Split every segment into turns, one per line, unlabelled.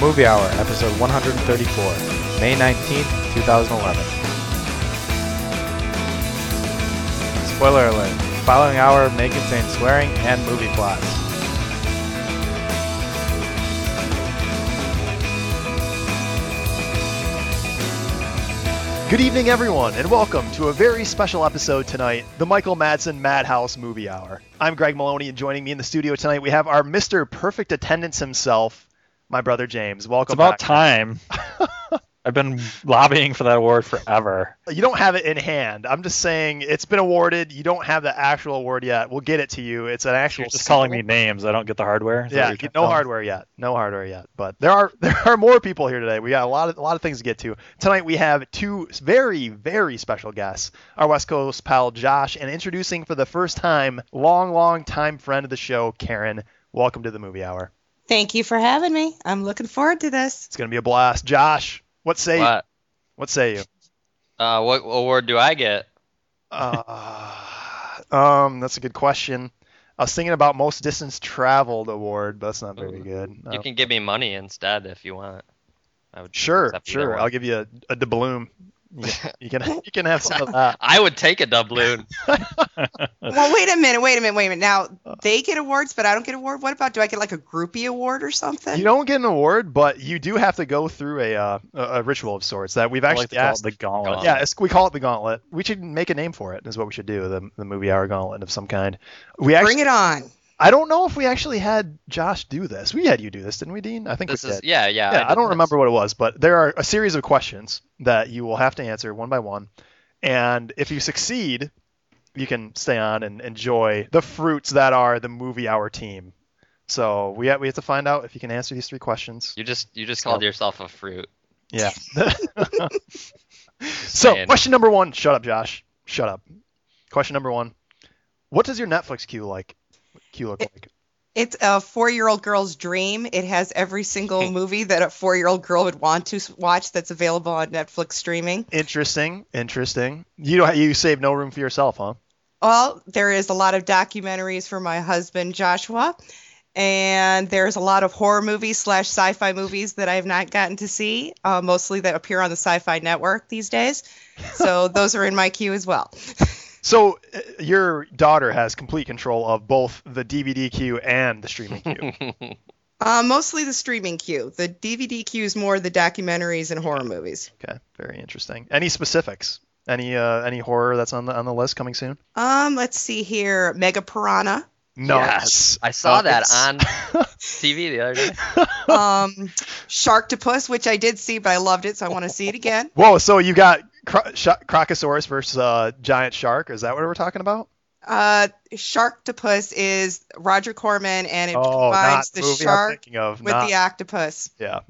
Movie Hour, episode 134, May 19th, 2011. Spoiler alert. Following hour may contain swearing and movie plots.
Good evening, everyone, and welcome to a very special episode tonight the Michael Madsen Madhouse Movie Hour. I'm Greg Maloney, and joining me in the studio tonight, we have our Mr. Perfect Attendance himself, my brother James. Welcome.
It's about
back.
time. I've been lobbying for that award forever.
You don't have it in hand. I'm just saying it's been awarded. You don't have the actual award yet. We'll get it to you. It's an actual.
You're just calling me
single.
names. I don't get the hardware. Is that what
Yeah,
you're
you-
trying to
no
tell me?
hardware yet. No hardware yet. But there are there are more people here today. We got a lot of a lot of things to get to. Tonight we have two very very special guests. Our West Coast pal Josh and introducing for the first time long long time friend of the show Karen. Welcome to the movie hour.
Thank you for having me. I'm looking forward to this.
It's going to be a blast. Josh, what say you?
What?
What say you?
Uh, what award do I get?
Uh, um that's a good question. I was thinking about most distance traveled award, but that's not very
Ooh.
good.
You
Uh,
can give me money instead if you want. I would
sure,
accept either
sure.
one.
I'll give you a, a doubloon. You can- you can you can have some of that.
I would take a doubloon.
Well, wait a minute, wait a minute, wait a minute. Now they get awards, but I don't get award. What about do I get like a groupie award or something?
You don't get an award, but you do have to go through a uh, a a ritual of sorts that we've
I
actually
like to call it
asked.
the gauntlet.
yeah, it's, we call it the gauntlet. We should make a name for it. Is what we should do. The, the movie hour gauntlet of some kind. We actually,
Bring it on.
I don't know if we actually had Josh do this. We had you do this, didn't we, Dean? I think
This
we
is
did.
yeah, yeah.
yeah, I,
did
don't
this.
remember what it was, but there are a series of questions that you will have to answer one by one, and if you succeed, you can stay on and enjoy the fruits that are the movie hour team. So we have, we have to find out if you can answer these three questions.
You just you just called
So-
yourself a fruit.
Yeah. so,
saying.
question number one. Shut up, Josh. Shut up. Question number one. What does your Netflix queue like? Queue look like?
It's a four-year-old girl's dream. It has every single movie that a four-year-old girl would want to s- watch that's available on Netflix streaming.
Interesting. Interesting. You don't. You save no room for yourself, huh?
Well, there is a lot of documentaries for my husband Joshua, and there's a lot of horror movies slash sci-fi movies that I have not gotten to see, uh, mostly that appear on the Sci-Fi Network these days. So those are in my queue as well.
So uh, your daughter has complete control of both the DVD queue and the streaming queue.
Uh, mostly the streaming queue. The DVD queue is more the documentaries and horror movies.
okay. Very interesting. Any specifics? Any uh, any horror that's on the on the list coming soon?
Um, let's see here. Mega Piranha.
No.
Yes, I
Oh,
saw that
Nuggets.
on TV the other day.
Um, Sharktopus, which I did see, but I loved it, so I want to see it again.
Whoa. So you got cro- sh- Crocosaurus versus uh, giant shark? Is that what we're talking about?
Uh, Sharktopus is Roger Corman, and it
oh, not
combines
the
the
movie I'm
shark
thinking of.
with
not-
the octopus.
Yeah.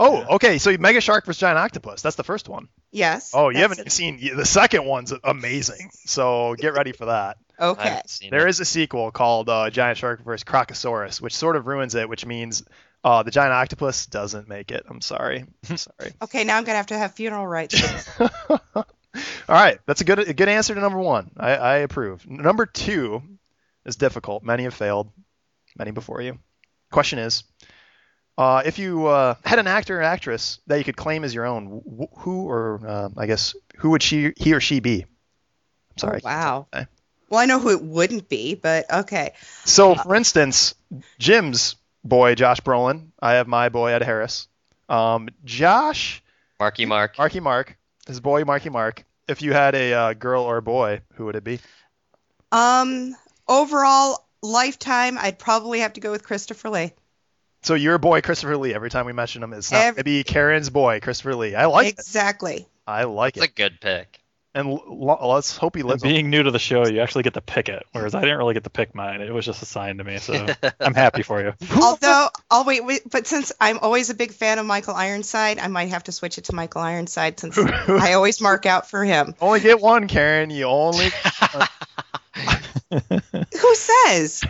Oh,
Yeah.
okay. So Mega Shark versus Giant Octopus. That's the first one.
Yes.
Oh, you
that's
haven't seen the second one's amazing. So get ready for that.
it.
I
Okay.
haven't seen
There
it.
is a sequel called uh, Giant Shark versus Crocosaurus, which sort of ruins it, which means uh, the Giant Octopus doesn't make it. I'm sorry. I'm sorry.
Okay. Now I'm gonna have to have funeral rites.
All right, that's a good a good answer to number one. I, I approve. Number two is difficult. Many have failed, many before you. Question is, uh, if you uh, had an actor or actress that you could claim as your own, wh- who or uh, I guess who would she he or she be? I'm sorry. I can't
Oh, wow.
tell.
Well, I know who it wouldn't be, but okay.
So, for instance, Jim's boy Josh Brolin. I have my boy Ed Harris. Um, Josh.
Marky Mark.
Marky Mark, his boy Marky Mark. If you had a uh, girl or a boy, who would it be?
Um, overall lifetime, I'd probably have to go with Christopher Lee.
So your boy Christopher Lee. Every time we mention him, it's not
Every-
maybe Karen's boy Christopher Lee. I like it.
exactly.
I like
It's a
it.
good pick.
And l- lo- let's hope he
And
lives.
being new to the show, you actually get to pick it, whereas I didn't really get to pick mine. It was just assigned to me, so I'm happy for you.
Although, I'll wait, wait, but since I'm always a big fan of Michael Ironside, I might have to switch it to Michael Ironside since
on.
I always mark out for him.
only get one, Karen. You only.
Who says?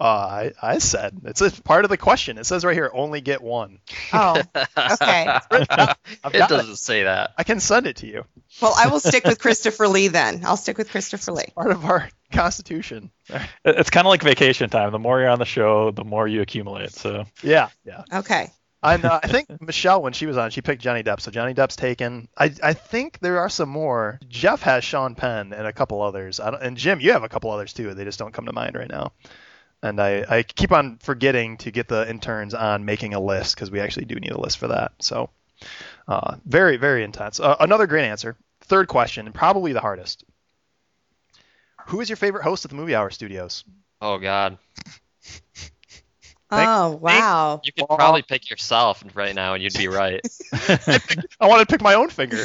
Uh, I I said it's a part of the question. It says right here, only get one.
Oh, okay.
I've
it
got it.
doesn't say that.
I can send it to you.
Well, I will stick with Christopher Lee then. I'll stick with Christopher Lee.
Part of our constitution.
It- It's kind of like vacation time. The more you're on the show, the more you accumulate. So
Yeah, yeah.
Okay.
I know. I think Michelle, when she was on, she picked Johnny Depp. So Johnny Depp's taken. I, I think there are some more. Jeff has Sean Penn and a couple others. I don't, and Jim, you have a couple others too. They just don't come to mind right now. And I, I keep on forgetting to get the interns on making a list because we actually do need a list for that. So uh, very, very intense. Uh, another great answer. Third question, and probably the hardest. Who is your favorite host at the Movie Hour Studios?
Oh God,
Oh wow.
you could probably pick yourself right now, and you'd be right.
I want to pick my own finger.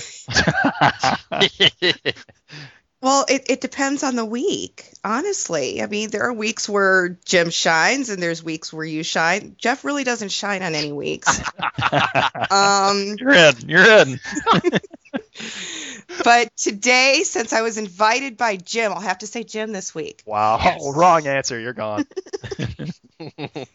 Well, it, it depends on the week, honestly. I mean, there are weeks where Jim shines and there's weeks where you shine. Jeff really doesn't shine on any weeks. um,
You're in. You're in.
but today, since I was invited by Jim, I'll have to say Jim this week.
Wow,
Yes.
wrong answer. You're gone.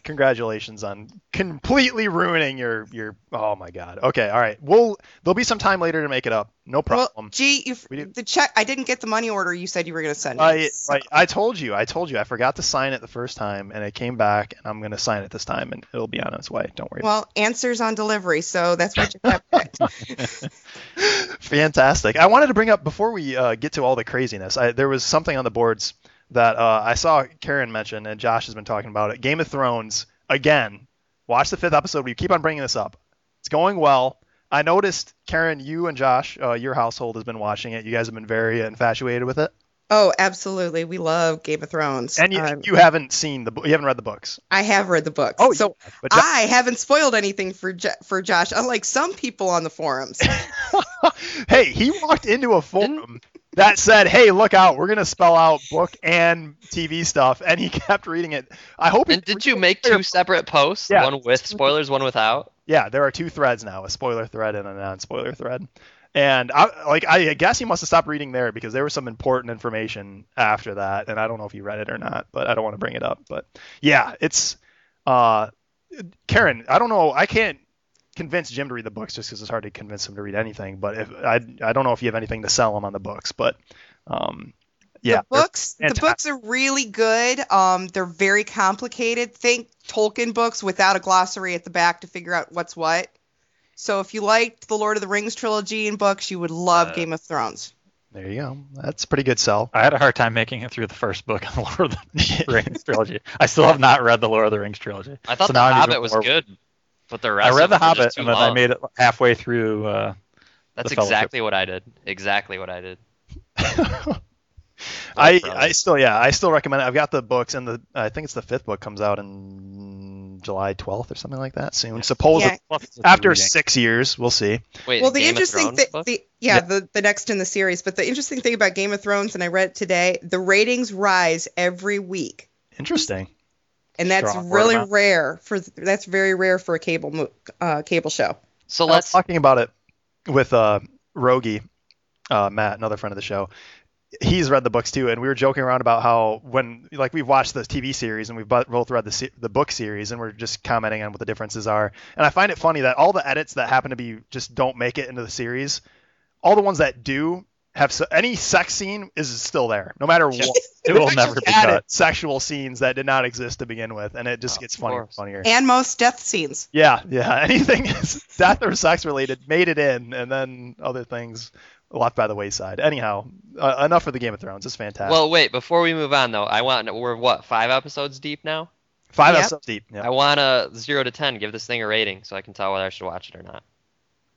Congratulations on completely ruining your your. Oh my God. Okay, all right. We'll there'll be some time later to make it up. No
Well,
problem.
gee, you
We do-
the check. I didn't get the money order you said you were going to send. me,
I,
so-
I I told you. I told you. I forgot to sign it the first time, and I came back, and I'm gonna sign it this time, and it'll be on its way. Don't worry.
Well, answers on delivery, so that's what you got picked.
Fantastic. I wanted to bring up before we uh, get to all the craziness. I, there was something on the boards that uh, I saw Karen mention, and Josh has been talking about it. Game of Thrones again. Watch the fifth episode. We keep on bringing this up. It's going well. I noticed Karen, you and Josh, uh, your household has been watching it. You guys have been very infatuated with it,
Oh, absolutely. We love Game of Thrones.
and you,
Um,
you haven't seen the bo- you haven't read the books.
I have read the books.
Oh,
so
But Josh-
I haven't spoiled anything for Jo- for Josh, unlike some people on the forums.
hey, he walked into a forum that said, "Hey, look out! We're gonna spell out book and TV stuff," and he kept reading it. I hope. he-
and did you make two separate posts?
Yeah.
One with spoilers, one without.
Yeah, there are two threads now: a spoiler thread and a non-spoiler thread. And I like I guess he must have stopped reading there because there was some important information after that, and I don't know if he read it or not, but I don't want to bring it up. But yeah, it's uh, Karen. I don't know. I can't convince Jim to read the books just because it's hard to convince him to read anything. But if I I don't know if you have anything to sell him on the books, but um, yeah,
the books the
fantastic.
books are really good. Um, they're very complicated. Think Tolkien books without a glossary at the back to figure out what's what. So if you liked the Lord of the Rings trilogy and books, you would love
Uh,
Game of Thrones.
there you go. That's a pretty good sell.
I had a hard time making it through the first book on the Lord of the Rings trilogy. I still have not read the Lord of the Rings trilogy.
I thought
So
the
now I'm
Hobbit
even
was
more-
good, but the rest.
I read
of
the
them were just
Hobbit
too
and then I
long.
made it halfway through. Uh,
That's
the Fellowship.
exactly what I did. Exactly what I did.
I,
probably.
I still yeah I still recommend it. I've got the books and the I think it's the fifth book comes out in July 12th or something like that soon. Supposedly
Yeah.
after
reading.
six years, we'll see.
Wait,
Well, the
Game
interesting
of Thrones
thing,
book?
the, yeah, the the next in the series, but the interesting thing about Game of Thrones, and I read it today, the ratings rise every week,
Interesting.
and that's
Strong word
really
of mouth.
rare for that's very rare for a cable mo- uh, cable show.
so
I was
let's.
talking about it with uh, Rogi, uh, Matt, another friend of the show. He's read the books too, and we were joking around about how when like we've watched the TV series and we've bo- both read the se- the book series, and we're just commenting on what the differences are. And I find it funny that all the edits that happen to be just don't make it into the series, all the ones that do have se- any sex scene is still there, no matter
Yeah.
what.
It will
They
never
just
be
added
cut.
Sexual scenes that did not exist to begin with, and it just
Oh,
gets
of
funnier and
course.
funnier.
And most death scenes.
Yeah, yeah. Anything is death or sex related made it in, and then other things left by the wayside. Anyhow, uh, enough for the Game of Thrones. It's fantastic.
Well, wait. Before we move on, though, I want. We're what five episodes deep now.
five
Yep.
episodes deep.
I
Yeah.
want to zero to ten. Give this thing a rating so I can tell whether I should watch it or not.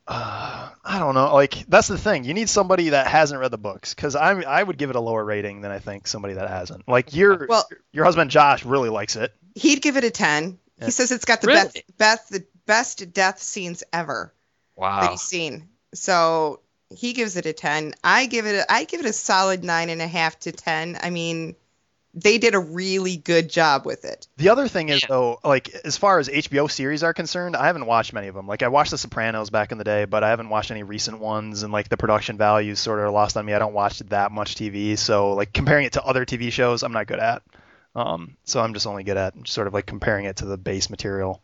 Uh, I don't know. Like that's the thing. You need somebody that hasn't read the books, because I I would give it a lower rating than I think somebody that hasn't. Like your
Well,
your husband Josh really likes it.
he'd give it a 10
Yeah.
he says it's got the
Really?
best best the best death scenes ever that
Wow.
he's seen so he gives it a 10 i give it a, i give it a solid nine and a half to 10 i mean they did a really good job with it
The other thing is
Yeah.
though, like as far as HBO series are concerned, I haven't watched many of them. Like I watched The Sopranos back in the day, but I haven't watched any recent ones, and like the production values sort of lost on me. I don't watch that much TV, so like comparing it to other TV shows, I'm not good at. Um, so I'm just only good at sort of like comparing it to the base material.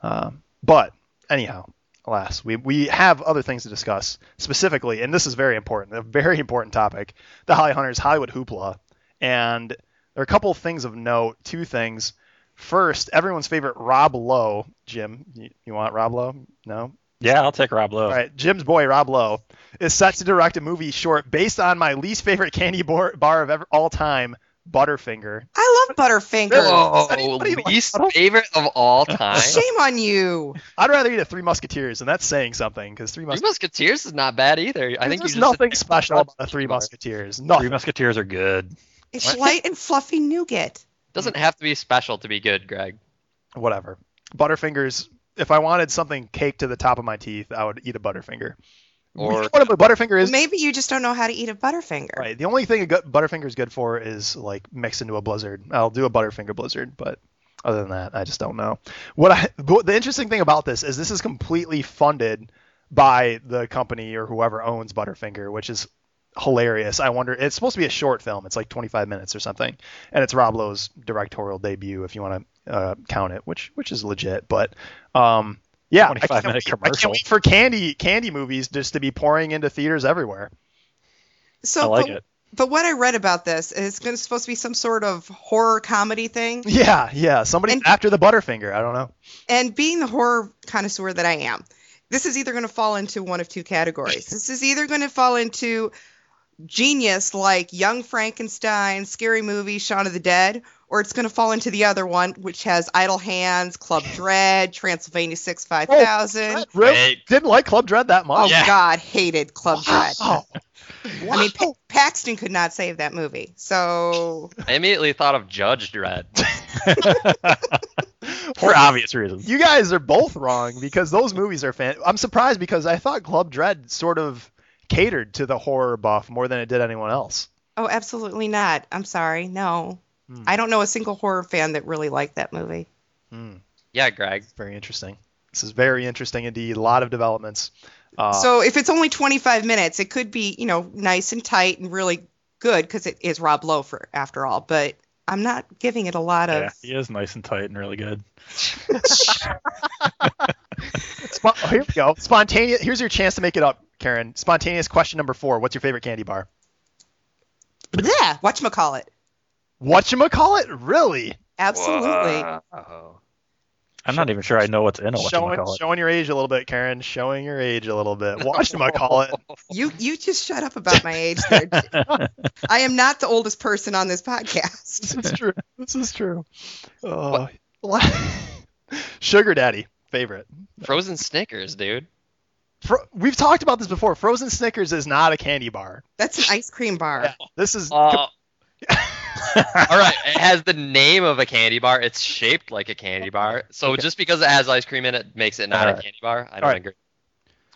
Uh, but anyhow, alas, we we have other things to discuss specifically, and this is very important, a very important topic: the Holly Hunters Hollywood hoopla, and there are a couple of things of note. Two things First, everyone's favorite Rob Lowe. Jim, you, you want Rob Lowe? No?
Yeah, I'll take Rob Lowe.
All right, Jim's boy Rob Lowe is set to direct a movie short based on my least favorite candy bar, bar of ever, all time, Butterfinger.
I love Butterfinger.
Whoa,
anybody like
least
Puddle?
favorite of all time.
Shame on you.
I'd rather eat a Three Musketeers, and that's saying something because Three
Three
Musketeers.
Musketeers is not bad either. I think you
there's
just
nothing special about the
Musketeers
Three
bar.
Musketeers.
Three
Nothing.
Musketeers are good.
It's
What?
light and fluffy nougat.
doesn't have to be special to be good, Greg.
Whatever. Butterfingers. If I wanted something caked to the top of my teeth, I would eat a Butterfinger.
Or
what a Butterfinger is.
Maybe you just don't know how to eat a Butterfinger.
Right. The only thing a gut Butterfinger is good for is like mixed into a blizzard. I'll do a Butterfinger blizzard, but other than that, I just don't know. What I but the interesting thing about this is this is completely funded by the company or whoever owns Butterfinger, which is hilarious. I wonder. It's supposed to be a short film. It's like 25 minutes or something, and it's Rob Lowe's directorial debut, if you want to uh, count it, which which is legit. But um, yeah, I
25
can't
minute
wait- I
commercial.
can't wait for candy candy movies just to be pouring into theaters everywhere.
So,
I like
but,
it.
but what I read about this is it's supposed to be some sort of horror comedy thing.
Yeah, yeah. Somebody
And-
after the Butterfinger. I don't know.
And being the horror connoisseur that I am, this is either going to fall into one of two categories. This is either going to fall into genius like Young Frankenstein, Scary Movie, Shaun of the Dead, or it's going to fall into the other one, which has Idle Hands, Club Dread, Transylvania 6 5000.
Really?
Wait.
Didn't like Club Dread that
Oh,
much.
Yeah.
God, hated Club Dread.
Wow.
I mean, Pa- Paxton could not save that movie. So
I immediately thought of Judge Dredd.
For obvious reasons.
you guys are both wrong because those movies are fan. I'm surprised because I thought Club Dread sort of catered to the horror buff more than it did anyone else.
Oh, absolutely not. I'm sorry. No.
Hmm.
I don't know a single horror fan that really liked that movie.
Hmm.
Yeah, Greg.
Very interesting. This is very interesting indeed. A lot of developments. Uh,
so if it's only 25 minutes, it could be, you know, nice and tight and really good because it is Rob Lowe for after all. But I'm not giving it a lot of.
Yeah, he is nice and tight and really good.
spon- oh, here we go. Spontaneous. Here's your chance to make it up, Karen. Spontaneous question number four. What's your favorite candy bar?
Yeah. Whatchamacallit.
Whatchamacallit? Really?
Absolutely.
Wow.
I'm not even sure I know what's in a
Showing,
whatchamacallit.
showing your age a little bit, Karen. Showing your age a little bit. Whatchamacallit.
You you just shut up about my age there. I am not the oldest person on this podcast.
this is true. This is true. Oh, Sugar Daddy favorite.
Frozen Snickers, dude.
Fro- We've talked about this before. Frozen Snickers is not a candy bar.
That's an ice cream bar.
Yeah, this is
Uh, all right, it has the name of a candy bar. It's shaped like a candy bar. So just because it has ice cream in it makes it not
All
a
right.
candy bar. I don't
All right.
agree.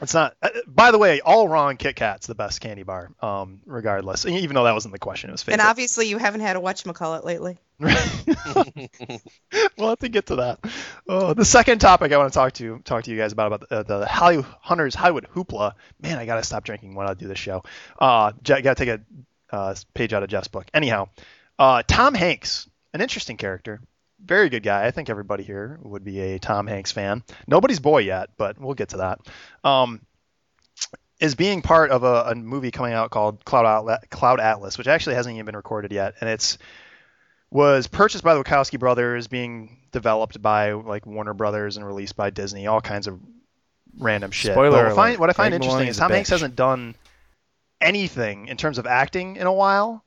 it's not. uh, By the way, all wrong. Kit Kat's the best candy bar. Um, regardless, even though that wasn't the question, it was
And
favorite.
obviously, you haven't had a whatchamacallit lately.
we'll have to get to that. Oh, the second topic I want to talk to talk to you guys about about the, uh, the Hollywood Hunters Hollywood Hoopla. Man, I gotta stop drinking when I do this show. Uh, Je- gotta take a uh, page out of Jeff's book. Anyhow, uh, Tom Hanks, an interesting character, very good guy. I think everybody here would be a Tom Hanks fan. Nobody's boy yet, but we'll get to that. Um, is being part of a, a movie coming out called Cloud, Outlet, Cloud Atlas, which actually hasn't even been recorded yet, and it's was purchased by the Wachowski brothers, being developed by like Warner Brothers and released by Disney, all kinds of random shit.
Spoiler
But what I
alert,
find, what I find
Greg
interesting
Maloney's
is
a
Tom Hanks
bitch.
hasn't done anything in terms of acting in a while,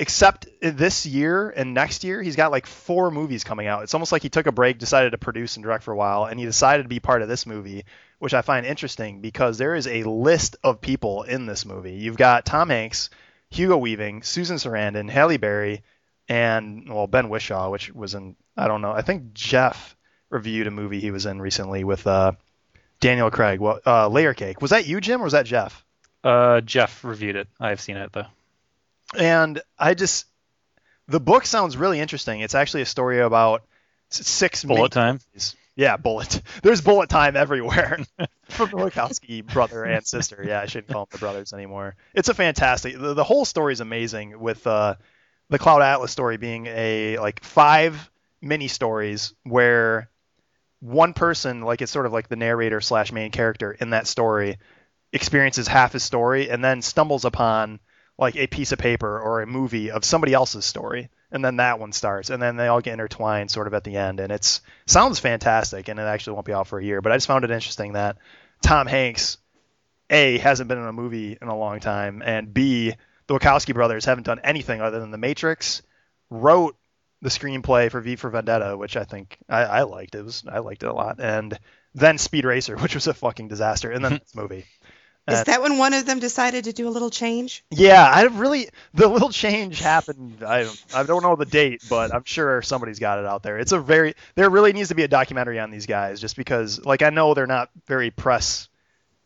except this year and next year. He's got like four movies coming out. It's almost like he took a break, decided to produce and direct for a while, and he decided to be part of this movie, which I find interesting because there is a list of people in this movie. You've got Tom Hanks, Hugo Weaving, Susan Sarandon, Halle Berry, and well Ben Wishaw, which was in I don't know. I think Jeff reviewed a movie he was in recently with uh, Daniel Craig. Well, uh, Layer Cake. Was that you, Jim, or was that Jeff?
Uh, Jeff reviewed it. I've seen it though.
And I just the book sounds really interesting. It's actually a story about s- six
Bullet time.
miniseries. Yeah, bullet. There's bullet time everywhere. From the Wachowski brother and sister. Yeah, I shouldn't call them the brothers anymore. It's a fantastic. The, the whole story is amazing. With uh, the Cloud Atlas story being a like five mini stories where one person, like it's sort of like the narrator slash main character in that story, experiences half his story and then stumbles upon like a piece of paper or a movie of somebody else's story, and then that one starts, and then they all get intertwined sort of at the end, and it's sounds fantastic, and it actually won't be out for a year, but I just found it interesting that Tom Hanks a hasn't been in a movie in a long time, and B the Wachowski brothers haven't done anything other than The Matrix, wrote the screenplay for V for Vendetta, which I think I, I liked. It was I liked it a lot, and then Speed Racer, which was a fucking disaster, and then this movie.
Is that when one of them decided to do a little change?
Yeah, I really the little change happened. I don't, I don't know the date, but I'm sure somebody's got it out there. It's a very there really needs to be a documentary on these guys, just because like I know they're not very press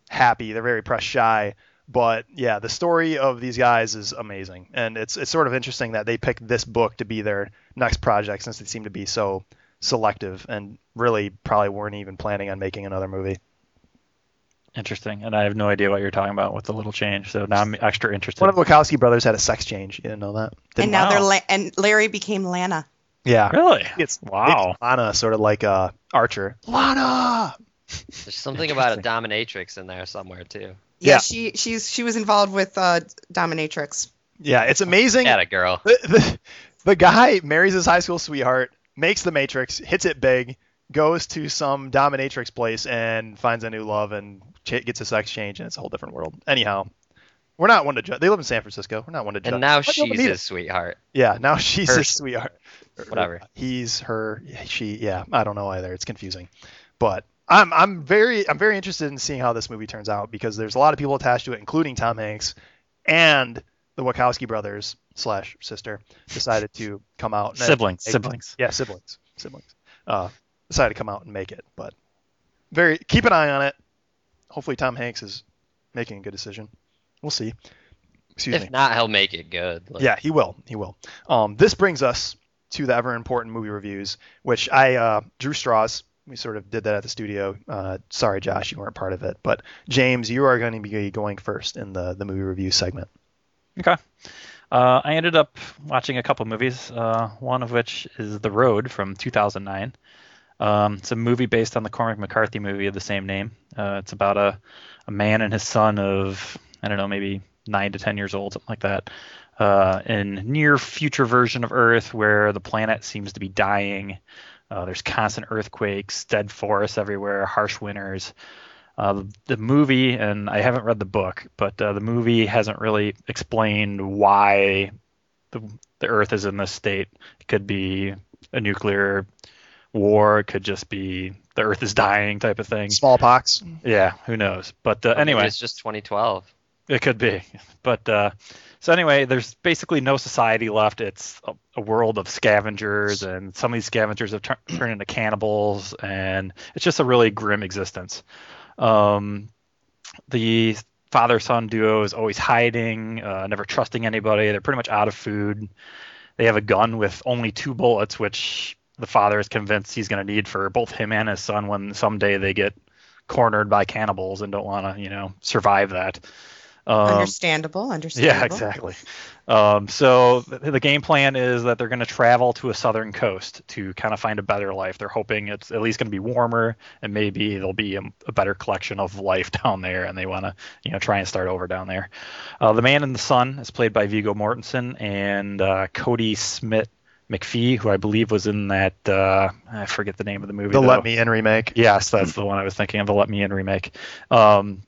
happy, they're very press shy, but yeah, the story of these guys is amazing, and it's it's sort of interesting that they picked this book to be their next project since they seem to be so selective and really probably weren't even planning on making another movie.
Interesting. And I have no idea what you're talking about with the little change. So now I'm extra interested.
One of the Wachowski brothers had a sex change. You didn't know that? Didn't
and now
wow.
they're La- and Larry became Lana.
Yeah.
really?
It's
Wow.
it's Lana, sort of like uh, Archer. Lana.
There's something about a dominatrix in there somewhere too.
Yeah,
Yeah.
she she's she was involved with uh, dominatrix.
Yeah, it's amazing.
Got a girl.
The, the, the guy marries his high school sweetheart, makes the Matrix, hits it big, goes to some dominatrix place, and finds a new love and ch- gets a sex change, and it's a whole different world. Anyhow, we're not one to judge. They live in San Francisco. We're not one to judge.
And now
Why'd you open
she's
it?
his sweetheart.
Yeah, now she's
Her
his sweetheart.
Whatever.
He's her. She. Yeah, I don't know either. It's confusing, but I'm I'm very I'm very interested in seeing how this movie turns out because there's a lot of people attached to it, including Tom Hanks and the Wachowski brothers slash sister decided to come out. and-
Siblings. Siblings.
Yeah, siblings. Siblings. Uh, decided to come out and make it, but very keep an eye on it. Hopefully, Tom Hanks is making a good decision. We'll see. Excuse me.
If not, he'll make it good. Like,
Yeah, he will. He will. Um, this brings us to the ever important movie reviews, which I uh, drew straws. We sort of did that at the studio. Uh, sorry, Josh, you weren't part of it, but James, you are going to be going first in the the movie review segment.
Okay. Uh, I ended up watching a couple movies, uh, one of which is The Road from 2009. Um, it's a movie based on the Cormac McCarthy movie of the same name. Uh, it's about a, a man and his son of, I don't know, maybe nine to 10 years old, something like that, uh, in near future version of Earth where the planet seems to be dying. Uh, there's constant earthquakes, dead forests everywhere, harsh winters. Uh, the- the movie, and I haven't read the book, but uh, the movie hasn't really explained why the, the Earth is in this state. It could be a nuclear war, it could just be the Earth is dying type of thing.
Smallpox.
Yeah, who knows? But uh,
maybe
anyway,
it's just 2012.
it could be. But uh, so anyway, there's basically no society left. It's a, a world of scavengers, and some of these scavengers have tur- turned into cannibals, and it's just a really grim existence. Um, the father son duo is always hiding, uh, never trusting anybody. They're pretty much out of food. They have a gun with only two bullets, which the father is convinced he's going to need for both him and his son when someday they get cornered by cannibals and don't want to, you know, survive that. Um,
understandable, understandable.
yeah, exactly. Um, so the, the game plan is that they're going to travel to a southern coast to kind of find a better life. They're hoping it's at least going to be warmer, and maybe there'll be a, a better collection of life down there, and they want to, you know, try and start over down there. Uh, the Man in the Sun is played by Vigo Mortensen and uh, Cody Smith McPhee, who I believe was in that uh, I forget the name of the movie.
The
though.
Let Me In remake.
Yes, that's the one I was thinking of. The Let Me In remake. Um,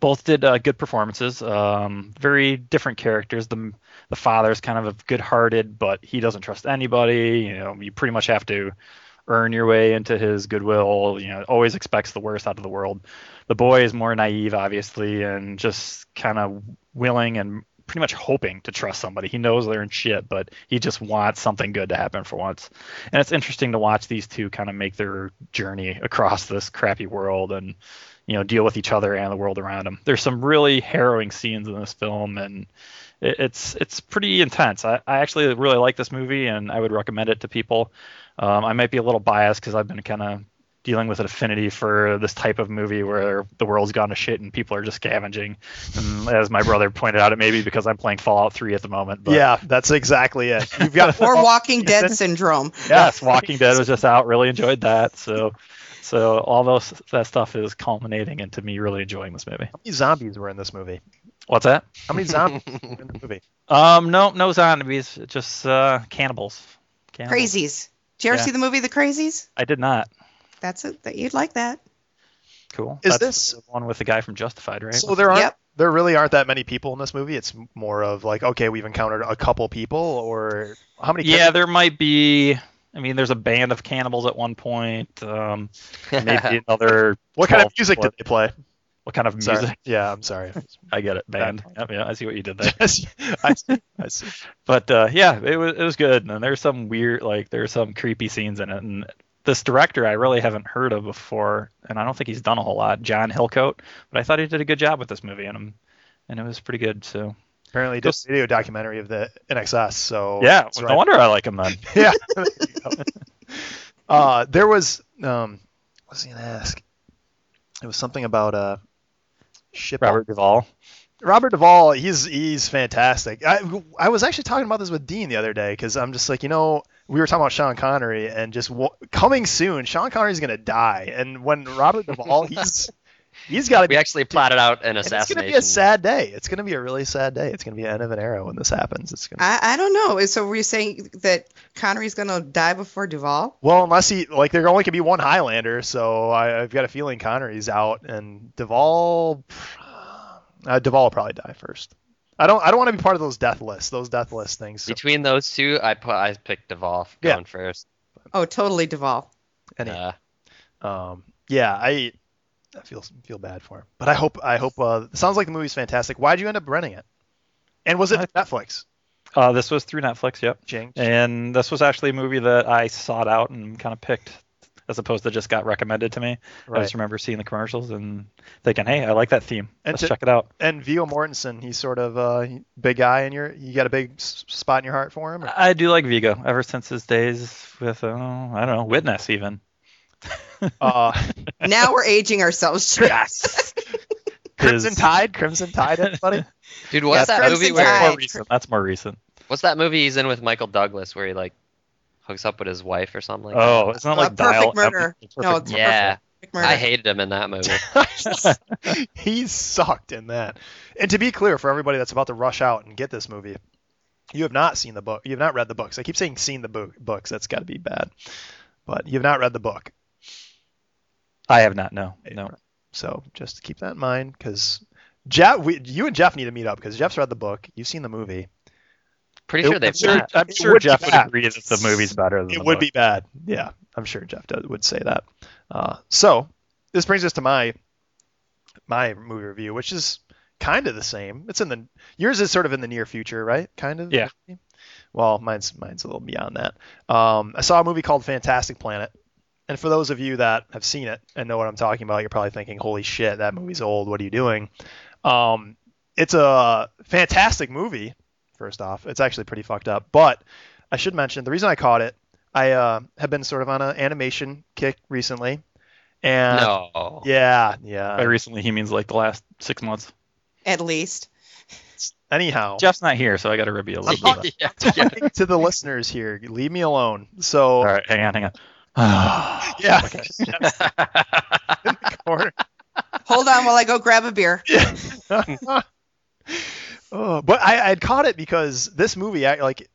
both did uh, good performances. Um, very different characters. The the father's kind of a good-hearted, but he doesn't trust anybody. You know, you pretty much have to earn your way into his goodwill. You know, always expects the worst out of the world. The boy is more naive, obviously, and just kind of willing and pretty much hoping to trust somebody. He knows they're in shit, but he just wants something good to happen for once. And it's interesting to watch these two kind of make their journey across this crappy world and you know deal with each other and the world around them. There's some really harrowing scenes in this film, and it, it's it's pretty intense. I, I actually really like this movie, and I would recommend it to people. Um, I might be a little biased because I've been kind of dealing with an affinity for this type of movie where the world's gone to shit and people are just scavenging. And as my brother pointed out, it may be because I'm playing Fallout 3 at the moment. But
Yeah, that's exactly it. You've got
Or Walking Dead syndrome.
yes, Walking Dead was just out. Really enjoyed that. So So all those that stuff is culminating into me really enjoying this movie.
How many zombies were in this movie?
What's that?
How many zombies were in the movie?
Um, no, no zombies, just uh, cannibals. cannibals.
Crazies. Did you ever
Yeah.
see the movie The Crazies?
I did not.
That's it. That you'd like that.
Cool.
Is
That's
this-
the one with the guy from Justified, right?
So there aren't
Yep.
there really aren't that many people in this movie. It's more of like okay, we've encountered a couple people, or how many?
yeah,
characters-
there might be. I mean, there's a band of cannibals at one point. Um, maybe another.
What kind of
12
music
what,
did they play?
what kind of music?
Sorry. Yeah, I'm sorry.
I get it, band. Yep, yeah, I see what you did there.
I see. I see.
But uh, yeah, it was it was good. And there's some weird, like there's some creepy scenes in it. And this director I really haven't heard of before, and I don't think he's done a whole lot. John Hillcoat, but I thought he did a good job with this movie, and um, and it was pretty good. So
Apparently, did a video documentary of the NXS. So
yeah,
that's
no
right.
wonder I like him then.
yeah. There you go. uh, there was um, what was I gonna ask? It was something about uh, ship.
Robert Duvall.
Robert Duvall, he's he's fantastic. I I was actually talking about this with Dean the other day because I'm just like you know we were talking about Sean Connery and just w- coming soon. Sean Connery's gonna die, and when Robert Duvall, he's he's got to
we
be.
actually plotted out an
and It's
assassination.
gonna be a sad day. It's gonna be a really sad day. It's gonna be an end of an era when this happens. It's gonna.
I, I don't know. So were you saying that Connery's gonna die before Duvall?
Well, unless he like there only can be one Highlander, so I, I've got a feeling Connery's out and Duvall. Uh, Duvall will probably die first. I don't. I don't want to be part of those death lists. Those death list things. So,
Between those two, I put I picked Duvall for
Yeah.
going first.
Oh, totally Duvall.
any,
Uh,
um, yeah, I, I feel feel bad for him, but I hope I hope. Uh, it sounds like the movie's fantastic. Why'd you end up renting it? And was it
I- Eh,
Netflix?
Uh, this was through Netflix. Yep.
Jing.
And this was actually a movie that I sought out and kind of picked, as opposed to just got recommended to me. I
Right.
just remember seeing the commercials and thinking, "Hey, I like that theme.
And
Let's
to-
check it out."
And Viggo Mortensen, he's sort of uh, big guy in your. You got a big s- spot in your heart for him. or-
I do like Vigo ever since his days with, uh, I don't know, Witness even.
Uh,
Now we're aging ourselves. Yes.
Crimson
Is-
Tide. Crimson Tide. Everybody.
dude, what's
Yeah,
that movie
Crimson
where?
Tide.
More
Right.
recent. That's more recent.
What's that movie he's in with Michael Douglas where he like hooks up with his wife or something? Like
Oh, it's not
Uh,
like Dial
Perfect Murder.
M-
No,
Perfect
that?
it's
Murder.
Murder.
yeah, I hated him in that movie.
he sucked in that. And to be clear, for everybody that's about to rush out and get this movie, you have not seen the book. You have not read the books. I keep saying seen the book, books. That's got to be bad. But you have not read the book.
I have not. No, no.
So just keep that in mind because Jeff, we, you and Jeff need to meet up because Jeff's read the book. You've seen the movie.
Pretty
It-
sure they've
I'm sure-
sure.
I'm
It
sure
would be
Jeff would
bad.
agree that the movie's better than
It
the
would
book.
be bad. Yeah, I'm sure Jeff does, would say that. Uh, so this brings us to my my movie review, which is kind of the same. It's in the yours is sort of in the near future, right? Kind of.
Yeah.
Well, mine's mine's a little beyond that. Um, I saw a movie called Fantastic Planet, and for those of you that have seen it and know what I'm talking about, you're probably thinking, "Holy shit, that movie's old. What are you doing?" Um, it's a fantastic movie. First off, it's actually pretty fucked up, but I should mention the reason I caught it. I uh, have been sort of on an animation kick recently, and
No.
yeah, yeah.
By recently, he means like the last six months.
At least.
Anyhow,
Jeff's not here, so I got to review a little bit. of that.
Yeah.
talking to the listeners here. Leave me alone. So
All right, hang on, hang on.
yeah, corner.
Hold on while I go grab a beer.
Oh, but I I had caught it because this movie, I, like,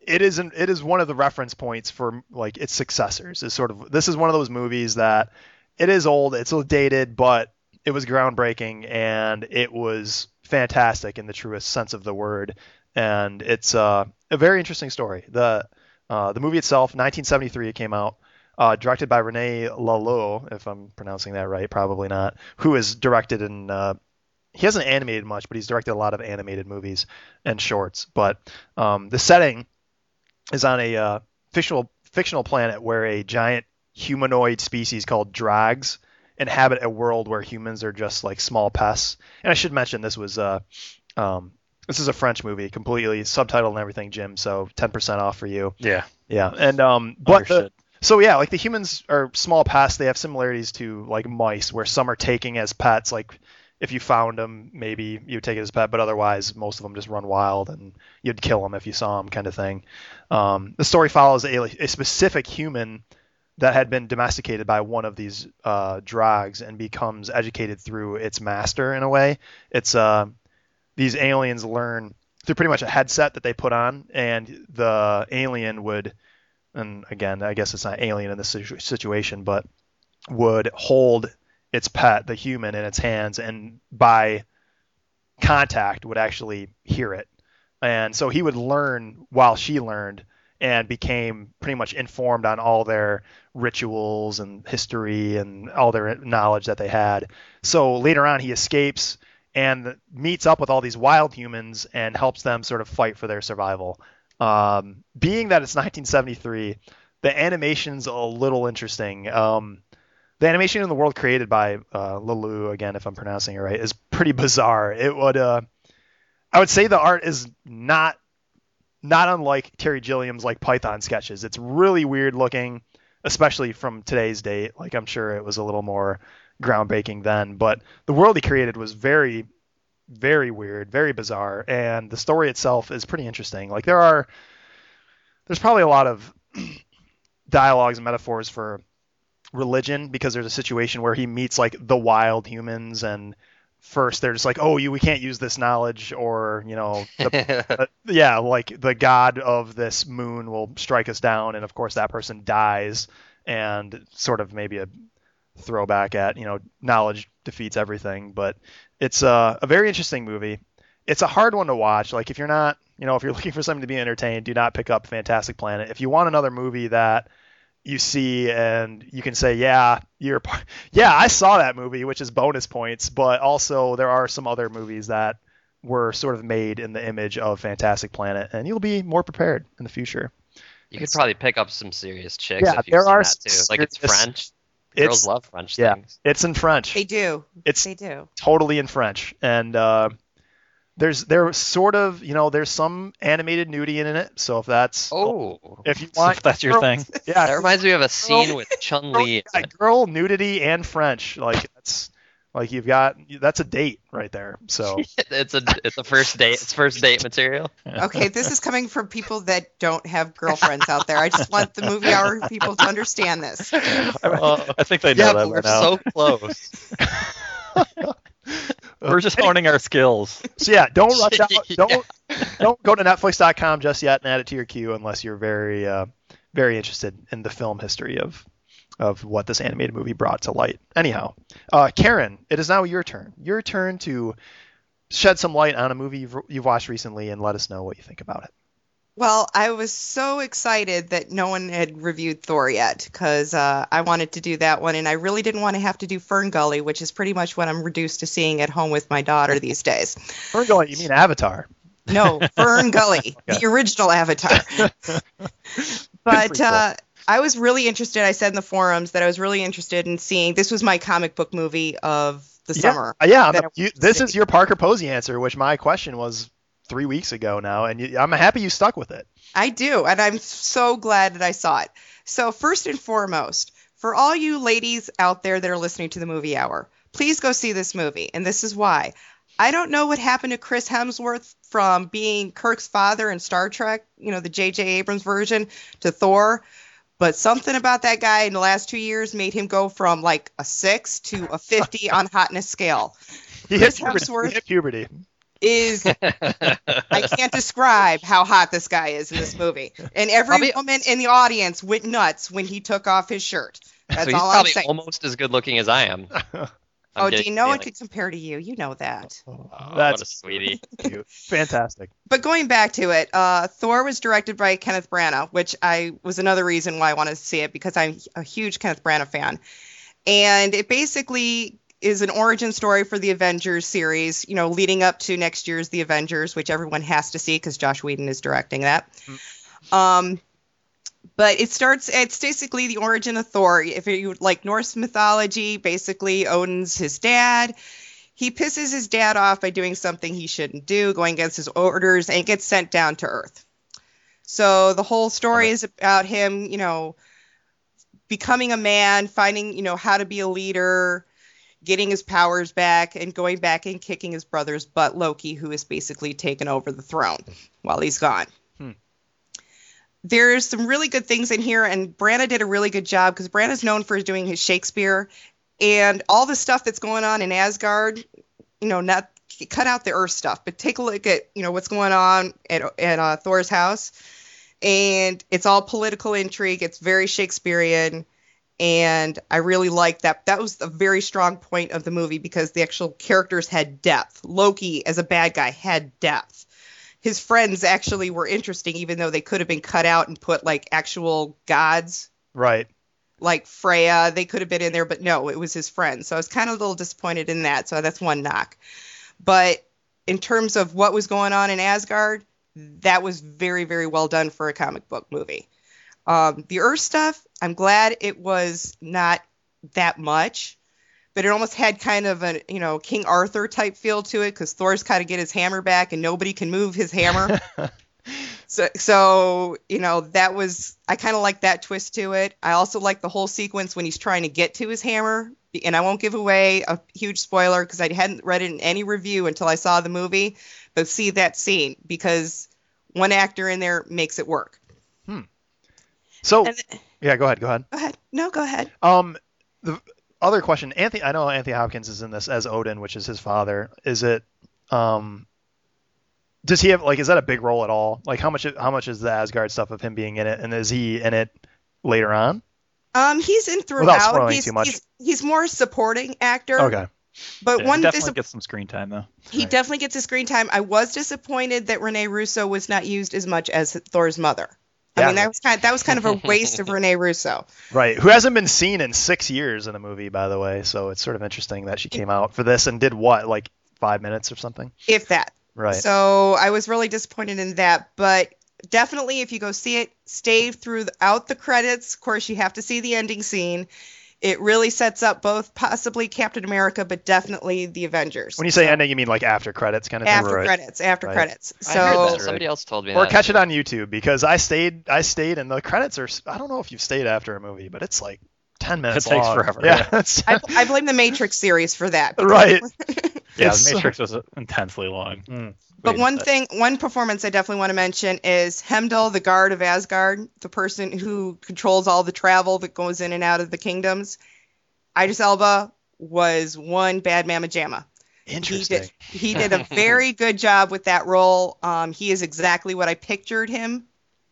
it isn't. It is one of the reference points for like its successors. Is sort of this is one of those movies that it is old, it's so dated, but it was groundbreaking and it was fantastic in the truest sense of the word. And it's uh, a very interesting story. The uh, the movie itself, 1973, it came out. uh, directed by Rene Laloux, if I'm pronouncing that right, probably not, who has directed in. Uh, he hasn't animated much, but he's directed a lot of animated movies and shorts. But um, the setting is on a uh, fictional fictional planet where a giant humanoid species called Drags inhabit a world where humans are just like small pests. And I should mention this was uh, um, this is a French movie, completely subtitled and everything, Jim. So 10% off for you.
yeah.
Yeah, and um, but the,
Understood.
so yeah, like the humans are small pests. They have similarities to like mice, where some are taking as pets. Like if you found them, maybe you would take it as a pet, but otherwise most of them just run wild and you'd kill them if you saw them, kind of thing. Um, the story follows a, a specific human that had been domesticated by one of these uh, drags and becomes educated through its master in a way. It's uh, these aliens learn through pretty much a headset that they put on, and the alien would, and again, I guess it's not alien in this situ- situation, but would hold its pet, the human, in its hands, and by contact would actually hear it. And so he would learn while she learned and became pretty much informed on all their rituals and history and all their knowledge that they had. So later on, he escapes and meets up with all these wild humans and helps them sort of fight for their survival. Um, being that it's 1973, the animation's a little interesting. Um, the animation in the world created by uh, Lulu, again, if I'm pronouncing it right, is pretty bizarre. It would, uh, I would say, the art is not not unlike Terry Gilliam's like Python sketches. It's really weird looking, especially from today's date. Like I'm sure it was a little more groundbreaking then, but the world he created was very, very weird, very bizarre, and the story itself is pretty interesting. Like there are, there's probably a lot of dialogues and metaphors for religion because there's a situation where he meets like the wild humans and first they're just like oh you we can't use this knowledge or you know the, uh, yeah like the god of this moon will strike us down and of course that person dies and sort of maybe a throwback at you know knowledge defeats everything but it's uh, a very interesting movie it's a hard one to watch like if you're not you know if you're looking for something to be entertained do not pick up fantastic planet if you want another movie that you see and you can say yeah you're yeah i saw that movie which is bonus points but also there are some other movies that were sort of made in the image of fantastic planet and you'll be more prepared in the future
You could probably pick up some serious chicks
Yeah,
if you've
there
seen
are
that too. Like it's
serious-
French.
it's-
Girls love French
yeah.
things.
it's in french
They do.
it's
They do.
totally in french and uh, there's there sort of you know there's some animated nudity in it so if that's
Oh,
if you
So
want
if that's your thing.
yeah
that reminds me of a scene with Chun
girl,
Li.
yeah, girl nudity and french like that's like you've got that's a date right there so
It's a it's a first date. It's first date material.
Okay, this is coming from people that don't have girlfriends out there. I just want the movie hour people to understand this. Uh,
Oh.
I think they know
yeah,
that
but
by
we're
now.
so close.
we're just honing our skills.
So yeah, don't rush out.
Yeah.
Don't don't go to Netflix.com just yet and add it to your queue unless you're very uh, very interested in the film history of of what this animated movie brought to light. Anyhow, uh, Karen, it is now your turn. Your turn to shed some light on a movie you've, you've watched recently and let us know what you think about it.
Well, I was so excited that no one had reviewed Thor yet because uh, I wanted to do that one, and I really didn't want to have to do Fern Gully, which is pretty much what I'm reduced to seeing at home with my daughter these days.
We're going. You mean Avatar?
No, Fern Gully, the original Avatar. but
prequel.
uh, I was really interested. I said in the forums that I was really interested in seeing. This was my comic book movie of the summer.
Yeah. uh, yeah I'm-
that I
you-
watched
this
it.
is your Parker Posey answer, which my question was three weeks ago now, and you, I'm happy you stuck with it.
I do, and I'm so glad that I saw it. So, first and foremost, for all you ladies out there that are listening to the movie hour, please go see this movie. And this is why. I don't know what happened to Chris Hemsworth from being Kirk's father in Star Trek, you know, the J.J. Abrams version, to Thor, but something about that guy in the last two years made him go from like a six to a 50 on hotness scale.
He hit
Chris
puberty.
Hemsworth.
He hit puberty.
Is I can't describe how hot this guy is in this movie. And every
Probably-
woman in the audience went nuts when he took off his shirt. That's
so he's
all I'm
probably
saying.
almost as good looking as I am. I'm
oh,
getting
Dean, no one
feeling-
could compare to you. You know that.
Oh,
That's
what a sweetie.
cute. Fantastic.
But going back to it, uh, Thor was directed by Kenneth Branagh, which I was another reason why I wanted to see it because I'm a huge Kenneth Branagh fan. And it basically is an origin story for the Avengers series, you know, leading up to next year's The Avengers, which everyone has to see because Josh Whedon is directing that. Um, but it starts it's basically the origin of thor if you like norse mythology basically odin's his dad he pisses his dad off by doing something he shouldn't do going against his orders and gets sent down to earth so the whole story is about him you know becoming a man finding you know how to be a leader getting his powers back and going back and kicking his brother's butt loki who has basically taken over the throne while he's gone there's some really good things in here, and Branna did a really good job because Branna's known for doing his Shakespeare and all the stuff that's going on in Asgard. You know, not cut out the Earth stuff, but take a look at you know what's going on at at uh, Thor's house, and it's all political intrigue. It's very Shakespearean, and I really like that. That was a very strong point of the movie because the actual characters had depth. Loki as a bad guy had depth his friends actually were interesting, even though they could have been cut out and put like actual gods
Right.
like Freya. They could have been in there, but no, it was his friend. So I was kind of a little disappointed in that. So that's one knock. But in terms of what was going on in Asgard, that was very, very well done for a comic book movie. Um, the Earth stuff, I'm glad it was not that much, but it almost had kind of a you know King Arthur type feel to it because Thor's kind of get his hammer back and nobody can move his hammer. So, so you know that was I kind of like that twist to it. I also like the whole sequence when he's trying to get to his hammer, and I won't give away a huge spoiler because I hadn't read it in any review until I saw the movie. But see that scene because one actor in there makes it work.
So
And-
yeah, go ahead. Go ahead.
Go ahead. No, go ahead.
Um, the other question, Anthony. I know Anthony Hopkins is in this as Odin, which is his father. Is it? Um, does he have like? Is that a big role at all? Like, how much? How much is the Asgard stuff of him being in it, and is he in it later on?
Um, he's in
Without
throughout.
spoiling
he's,
too much.
He's, he's more supporting actor.
Okay.
But
Yeah, definitely
one disappointment.
gets some screen time though.
He
Right.
definitely gets his screen time. I was disappointed that Renee Russo was not used as much as Thor's mother. I
Yeah.
mean, that was kind that was kind of a waste of Renee Russo.
Right. Who hasn't been seen in six years in a movie, by the way. So it's sort of interesting that she came out for this and did what, like five minutes or something.
if that.
Right.
So I was really disappointed in that, but definitely if you go see it, stay throughout the credits. Of course, you have to see the ending scene. It really sets up both possibly Captain America, but definitely the Avengers.
when you say ending, you mean like after credits kind of thing.
after
Right.
credits, after
Right.
credits.
I heard
So
that. Somebody else told me
Or
that.
catch it on YouTube because I stayed. I stayed, and the credits are. I don't know if you've stayed after a movie, but it's like ten minutes.
It takes
long.
forever,
Yeah.
yeah.
it's-
I, I blame the Matrix series for that. because
right.
Yeah,
It's-
the Matrix was intensely long.
Mm.
But
Wait, uh,
one
that-
thing, one performance I definitely want to mention is Hemdall, the guard of Asgard, the person who controls all the travel that goes in and out of the kingdoms. Idris Elba was one bad mama jamma. He
Interesting.
did, he did a very good job with that role. Um, he is exactly what I pictured him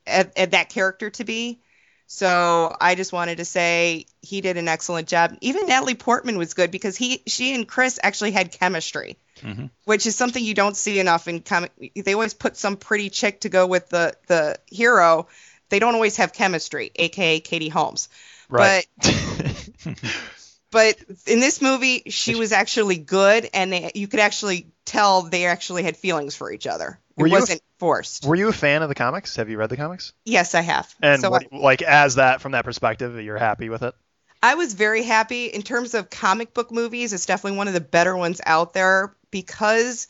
at, at that character to be. So I just wanted to say he did an excellent job. Even Natalie Portman was good because he, she and Chris actually had chemistry
Mm-hmm.
Mhm.
which is something you don't see enough in comic. They always put some pretty chick to go with the the hero. They don't always have chemistry, aka Katie Holmes.
Right.
But in this movie, she was actually good, and they, you could actually tell they actually had feelings for each other.
Were
it
you-
wasn't forced.
Were you a fan of the comics? Have you read the comics?
Yes, I have.
And
so
what, like as that from that perspective, you're happy with it?
I was very happy in terms of comic book movies. It's definitely one of the better ones out there because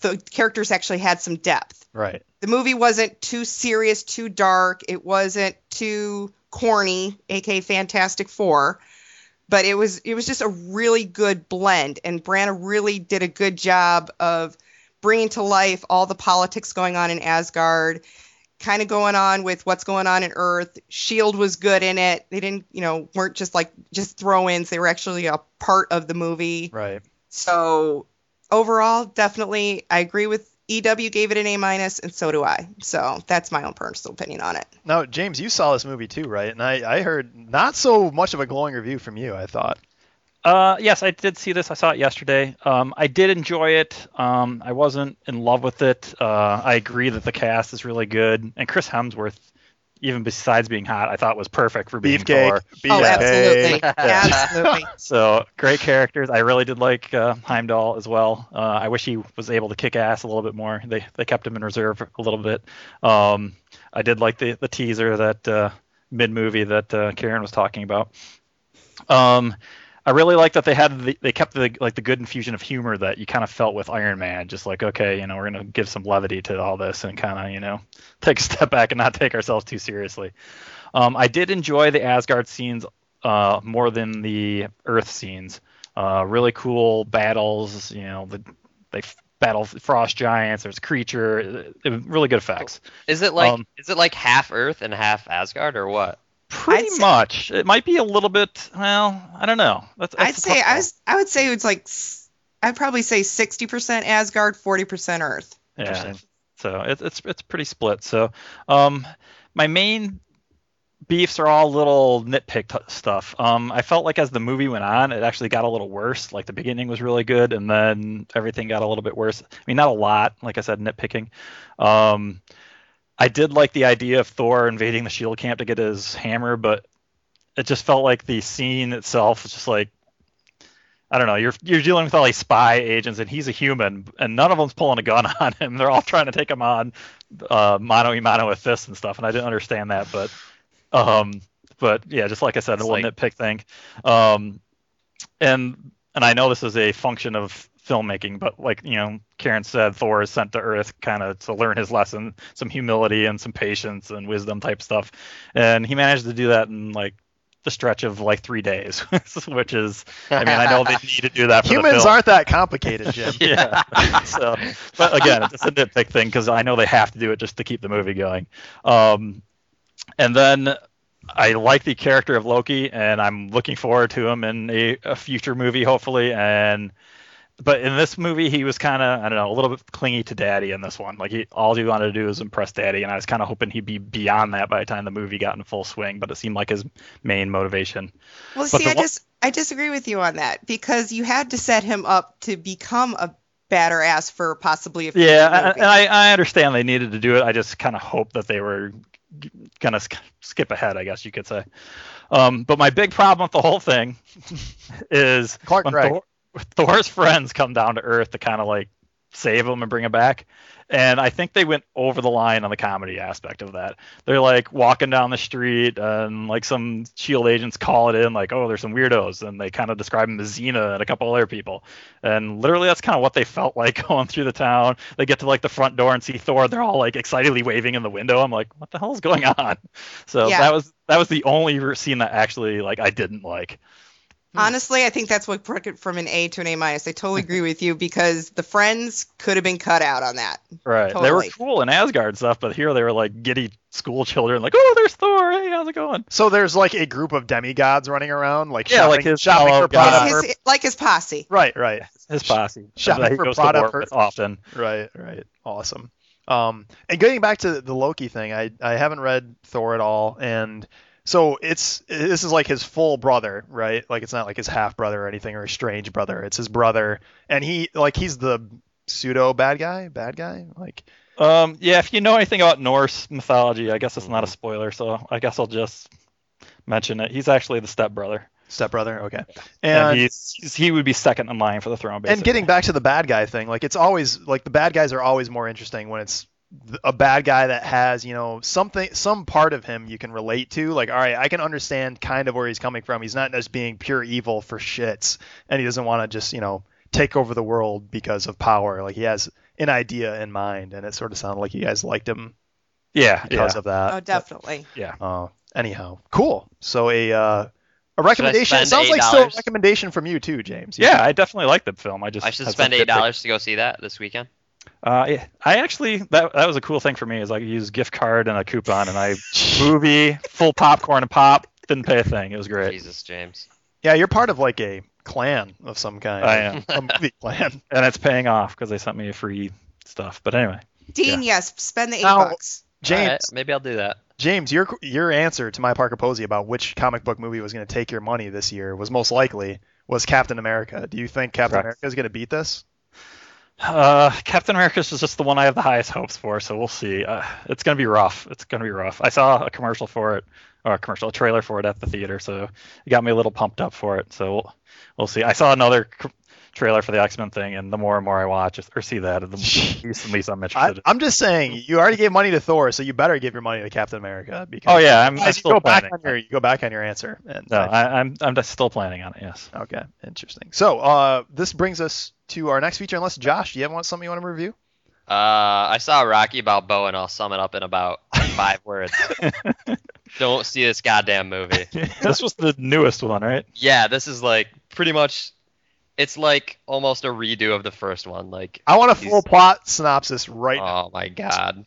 the characters actually had some depth.
Right.
the movie wasn't too serious, too dark. It wasn't too corny, aka Fantastic Four. But it was it was just a really good blend, and Branna really did a good job of bringing to life all the politics going on in Asgard, kind of going on with what's going on in Earth. Shield E was good in it. They didn't, you know, weren't just like just throw-ins. They were actually a part of the movie.
Right.
So overall, definitely, I agree with EW gave it an A minus, and so do I. So that's my own personal opinion on it.
Now, James, you saw this movie too, right? And I, I heard not so much of a glowing review from you. I thought.
Uh, yes, I did see this. I saw it yesterday. Um, I did enjoy it. Um, I wasn't in love with it. Uh, I agree that the cast is really good, and Chris Hemsworth, even besides being hot, I thought was perfect for being
Beefcake.
Thor.
Beefcake.
Oh, absolutely, absolutely.
So great characters. I really did like uh, Heimdall as well. Uh, I wish he was able to kick ass a little bit more. They they kept him in reserve a little bit. Um, I did like the the teaser that uh, mid movie that uh, Karen was talking about. Um, I really like that they had the, they kept the like the good infusion of humor that you kind of felt with Iron Man. Just like okay, you know, we're gonna give some levity to all this and kind of you know take a step back and not take ourselves too seriously. Um, I did enjoy the Asgard scenes uh, more than the Earth scenes. Uh, really cool battles. You know, the, they f- Battle Frost Giants. There's Creature. It- it- really good effects.
Is it like
Um,
is it like half Earth and half Asgard or what?
Pretty
I'd say-
much. It might be a little bit. Well, I don't know. That's, that's
I'd
a
say
tough
I
one.
was I would say it's like s- I'd probably say 60% Asgard, 40% Earth.
Yeah.
Interesting.
So it, it's it's pretty split. So um, my main beefs are all little nitpick t- stuff. Um, I felt like as the movie went on, it actually got a little worse. Like the beginning was really good, and then everything got a little bit worse. I mean, not a lot. Like I said, nitpicking. Um, I did like the idea of Thor invading the Shield camp to get his hammer, but it just felt like the scene itself was just like I don't know. You're you're dealing with all these spy agents, and he's a human, and none of them's pulling a gun on him. They're all trying to take him on, uh, mano a mano with fists and stuff. And I didn't understand that, but, um, but yeah, just like I said,
It's
a little
like-
nitpick thing. Um, and and I know this is a function of filmmaking, but like you know, Karen said, Thor is sent to Earth kind of to learn his lesson, some humility and some patience and wisdom type stuff, and he managed to do that in like the stretch of like three days, which is I mean, I know they need to do that for the
Humans
film.
aren't that complicated, Jim.
Yeah. so, but again, it's just a nitpick thing because I know they have to do it just to keep the movie going. Um, and then I like the character of Loki, and I'm looking forward to him in a, a future movie, hopefully. And but in this movie, he was kind of I don't know a little bit clingy to Daddy in this one. Like he all he wanted to do was impress Daddy, and I was kind of hoping he'd be beyond that by the time the movie got in full swing. But it seemed like his main motivation.
Well,
But
see,
the
I
one-
just I disagree with you on that because you had to set him up to become a batter ass for possibly a future
Yeah, I- I-
movie.
and I, I understand they needed to do it. I just kind of hope that they were going to sk- skip ahead, I guess you could say. Um, but my big problem with the whole thing is
Clark
when
Gregg.
Thor, Thor's friends come down to Earth to kind of like save him and bring him back. And I think they went over the line on the comedy aspect of that. They're like walking down the street, and like some shield agents call it in, like, "Oh, there's some weirdos," and they kind of describe him as Xena and a couple other people. And literally, that's kind of what they felt like going through the town. They get to like the front door and see Thor. They're all like excitedly waving in the window. I'm like, "What the hell is going on?" So
Yeah.
that was that was the only re- scene that actually like I didn't like.
Hmm. Honestly, I think that's what broke it from an A to an A minus. I totally agree with you because the friends could have been cut out on that.
Right. They were
Totally.
cool in Asgard and stuff, but here they were like giddy school children, like, "Oh, there's Thor. Hey, how's it going?"
So there's like a group of demigods running around, like
Yeah,
shopping,
like his oh,
shopping
fellow
for
gods.
product.
His- his- like his posse.
Right, right,
His posse.
shopping
that he
for
goes to
Prada
war
per-
with often.
right, right. Awesome. Um, and getting back to the Loki thing, I I haven't read Thor at all, and so it's this is like his full brother, right? Like it's not like his half brother or anything or his strange brother. It's his brother, and he like he's the pseudo bad guy, bad guy, like
Um, yeah, if you know anything about Norse mythology, I guess it's
Mm-hmm.
not a spoiler, so I guess I'll just mention it. He's actually the stepbrother.
stepbrother. Okay,
And,
and
he's, he's he would be second in line for the throne, basically.
and getting back to the bad guy thing like it's always like the bad guys are always more interesting when it's th- a bad guy that has you know something some part of him you can relate to like all right i can understand kind of where he's coming from he's not just being pure evil for shits and he doesn't want to just you know take over the world because of power like he has an idea in mind and it sort of sounded like you guys liked him
yeah, yeah.
because of that
Oh, definitely.
uh, anyhow cool so a uh a recommendation it
spend
sounds like still a
$8?
recommendation from you too james
yeah, I definitely like the film. I just
I should
had
spend
some
eight
nitpick-
dollars to go see that this weekend.
Uh, yeah, I actually that that was a cool thing for me is I could use gift card and a coupon, and I movie full popcorn and pop didn't pay a thing. It was great.
Jesus, James.
Yeah, you're part of like a clan of some kind.
I am,
A movie clan.
and it's paying off because they sent me free stuff. But anyway,
Dean, yes, spend the eight
Now-
bucks.
James,
Alright, maybe I'll do that.
James, your your answer to my Parker Posey about which comic book movie was going to take your money this year was most likely was Captain America. Do you think Captain
Correct.
America is going to beat this?
Uh, Captain America is just the one I have the highest hopes for, so we'll see. Uh, it's gonna be rough. It's gonna be rough. I saw a commercial for it, or a commercial, a trailer for it at the theater, so it got me a little pumped up for it. So we'll, we'll see. I saw another c- trailer for the X Men thing, and the more and more I watch it- or see that, the least and least I'm
I,
interested. in.
I'm just saying, you already gave money to Thor, so you better give your money to Captain America. Because
Oh yeah, I'm, I'm
As you
still
go back
planning.
on your you go back on your answer. And
no, I, I'm I'm just still planning on it. Yes.
okay, interesting. So uh, this brings us to our next feature. Unless Josh, do you have one- something you want to review?
Uh, I saw Rocky Balboa, and I'll sum it up in about five words. Don't see this goddamn movie.
this was the newest one, right?
Yeah, this is like pretty much it's like almost a redo of the first one. Like,
I want a
He's-
full plot synopsis right now.
oh my god.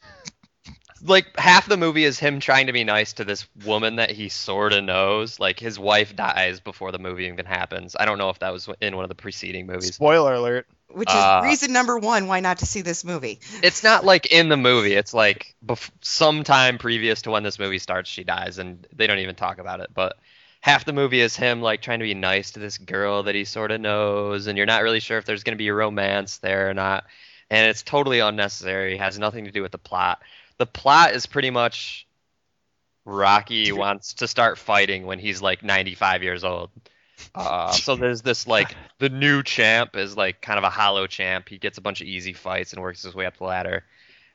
Like half the movie is him trying to be nice to this woman that he sort of knows. Like his wife dies before the movie even happens. I don't know if that was in one of the preceding
Oh,
movies.
Spoiler alert.
Which is
Uh,
reason number one why not to see this movie.
It's not like in the movie. It's like bef- sometime previous to when this movie starts, she dies, and they don't even talk about it. But half the movie is him like trying to be nice to this girl that he sort of knows, and you're not really sure if there's going to be a romance there or not. And it's totally unnecessary. Has nothing to do with the plot. The plot is pretty much Rocky wants to start fighting when he's like 95 years old. Uh, so there's this like the new champ is like kind of a hollow champ. He gets a bunch of easy fights and works his way up the ladder,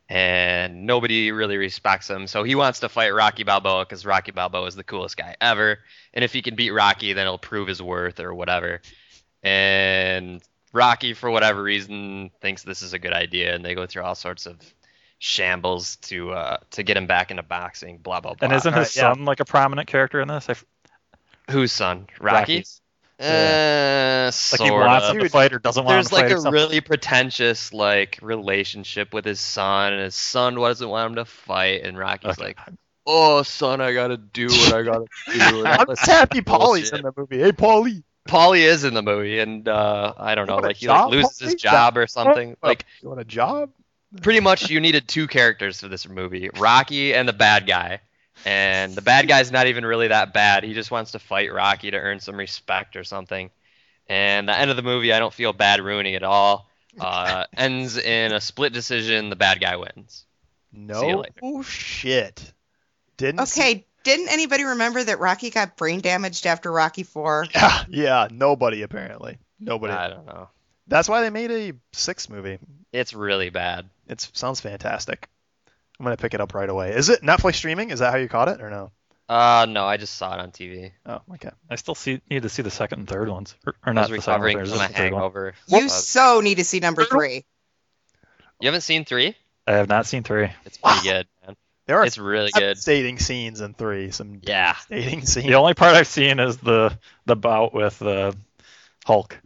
and nobody really respects him. So he wants to fight Rocky Balboa because Rocky Balboa is the coolest guy ever, and if he can beat Rocky, then he'll prove his worth or whatever. And Rocky, for whatever reason, thinks this is a good idea, and they go through all sorts of shambles to uh, to get him back into boxing. Blah blah blah.
And isn't his
Alright, uh, yeah.
son like a prominent character in this? I f-
Whose son? Rocky.
Rocky's.
Uh,
Like
sort
he wants him
of.
to fight or doesn't want him
There's
to fight.
like
or
a
something.
really pretentious like relationship with his son, and his son doesn't want him to fight, and Rocky's
Okay.
like, "Oh, son, I gotta do what I gotta do." and all
I'm
this
just happy Polly's
bullshit.
in the movie. Hey, Polly.
Paulie is in the movie, and uh, I don't know,
want a
like he like,
job,
loses his
Paulie?
job or something. Like
you want a job?
pretty much, you needed two characters for this movie: Rocky and the bad guy. And the bad guy's not even really that bad. He just wants to fight Rocky to earn some respect or something. And the end of the movie, I don't feel bad ruining it all. Uh, ends in a split decision. The bad guy wins. See you
No.
later.
Oh shit. Didn't.
Okay, didn't anybody remember that Rocky got brain damaged after Rocky Four?
Yeah, yeah. Nobody apparently. Nobody.
I don't know.
That's why they made a six movie.
It's really bad.
It sounds fantastic. I'm gonna pick it up right away. Is it Netflix streaming? Is that how you caught it or no?
Uh, no, I just saw it on TV.
Oh, okay.
I still see, need to see the second and third ones, or, or
I
not
was
the second and
recovering
third,
from a
just the third one.
hangover.
You
Uh,
so need to see number three.
you haven't seen three?
I have not seen three.
It's
Ah.
pretty good, man.
There are
It's really good.
devastating scenes in three. Some
Yeah.
devastating scenes.
The only part I've seen is the the bout with uh, Hulk.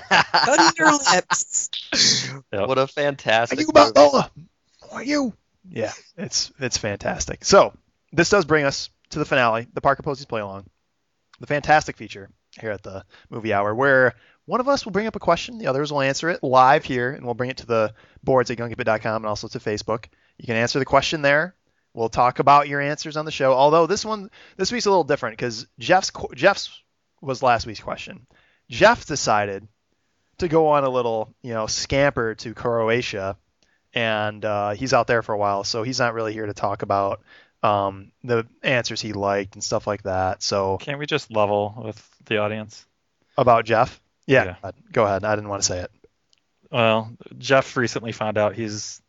Thunder lips.
Yep.
What a fantastic.
Are you
movie.
Balboa? Who Are you? Yeah, it's it's fantastic. So this does bring us to the finale, the Parker Posey's play along, the fantastic feature here at the movie hour, where one of us will bring up a question, the others will answer it live here, and we'll bring it to the boards at gunkybit.com and also to Facebook. You can answer the question there. We'll talk about your answers on the show. Although this one, this week's a little different because Jeff's qu- Jeff's was last week's question. Jeff decided to go on a little, you know, scamper to Croatia and uh, he's out there for a while, so he's not really here to talk about um, the answers he liked and stuff like that. So
Can't we just level with the audience?
about Jeff, yeah,
Yeah.
God, go ahead. I didn't want to say it.
Well, Jeff recently found out he's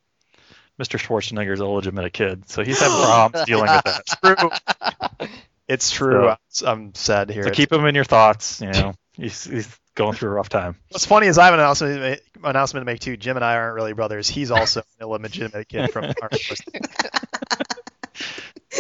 Mr. Schwarzenegger's illegitimate kid, so he's having problems dealing with that.
It's true.
So-
It's- I'm sad to hear
So
it.
keep him in your thoughts. You know, he's, he's going through a rough time.
What's funny is I have an announcement to make, announcement to make too. Jim and I aren't really brothers. He's also an illegitimate kid from our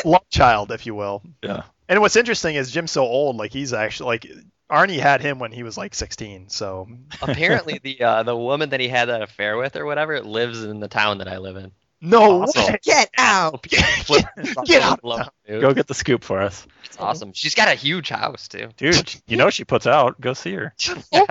love child, if you will.
Yeah.
And what's interesting is Jim's so old. Like he's actually like Arnie had him when he was like 16. So
Apparently, the uh, the woman that he had that affair with or whatever lives in the town that I live in.
no
Awesome.
way.
Get out.
Flip-
get out of
Love it, dude.
Go get the scoop for us,
It's awesome. She's got a huge house too.
dude. You know she puts out. Go see her.
You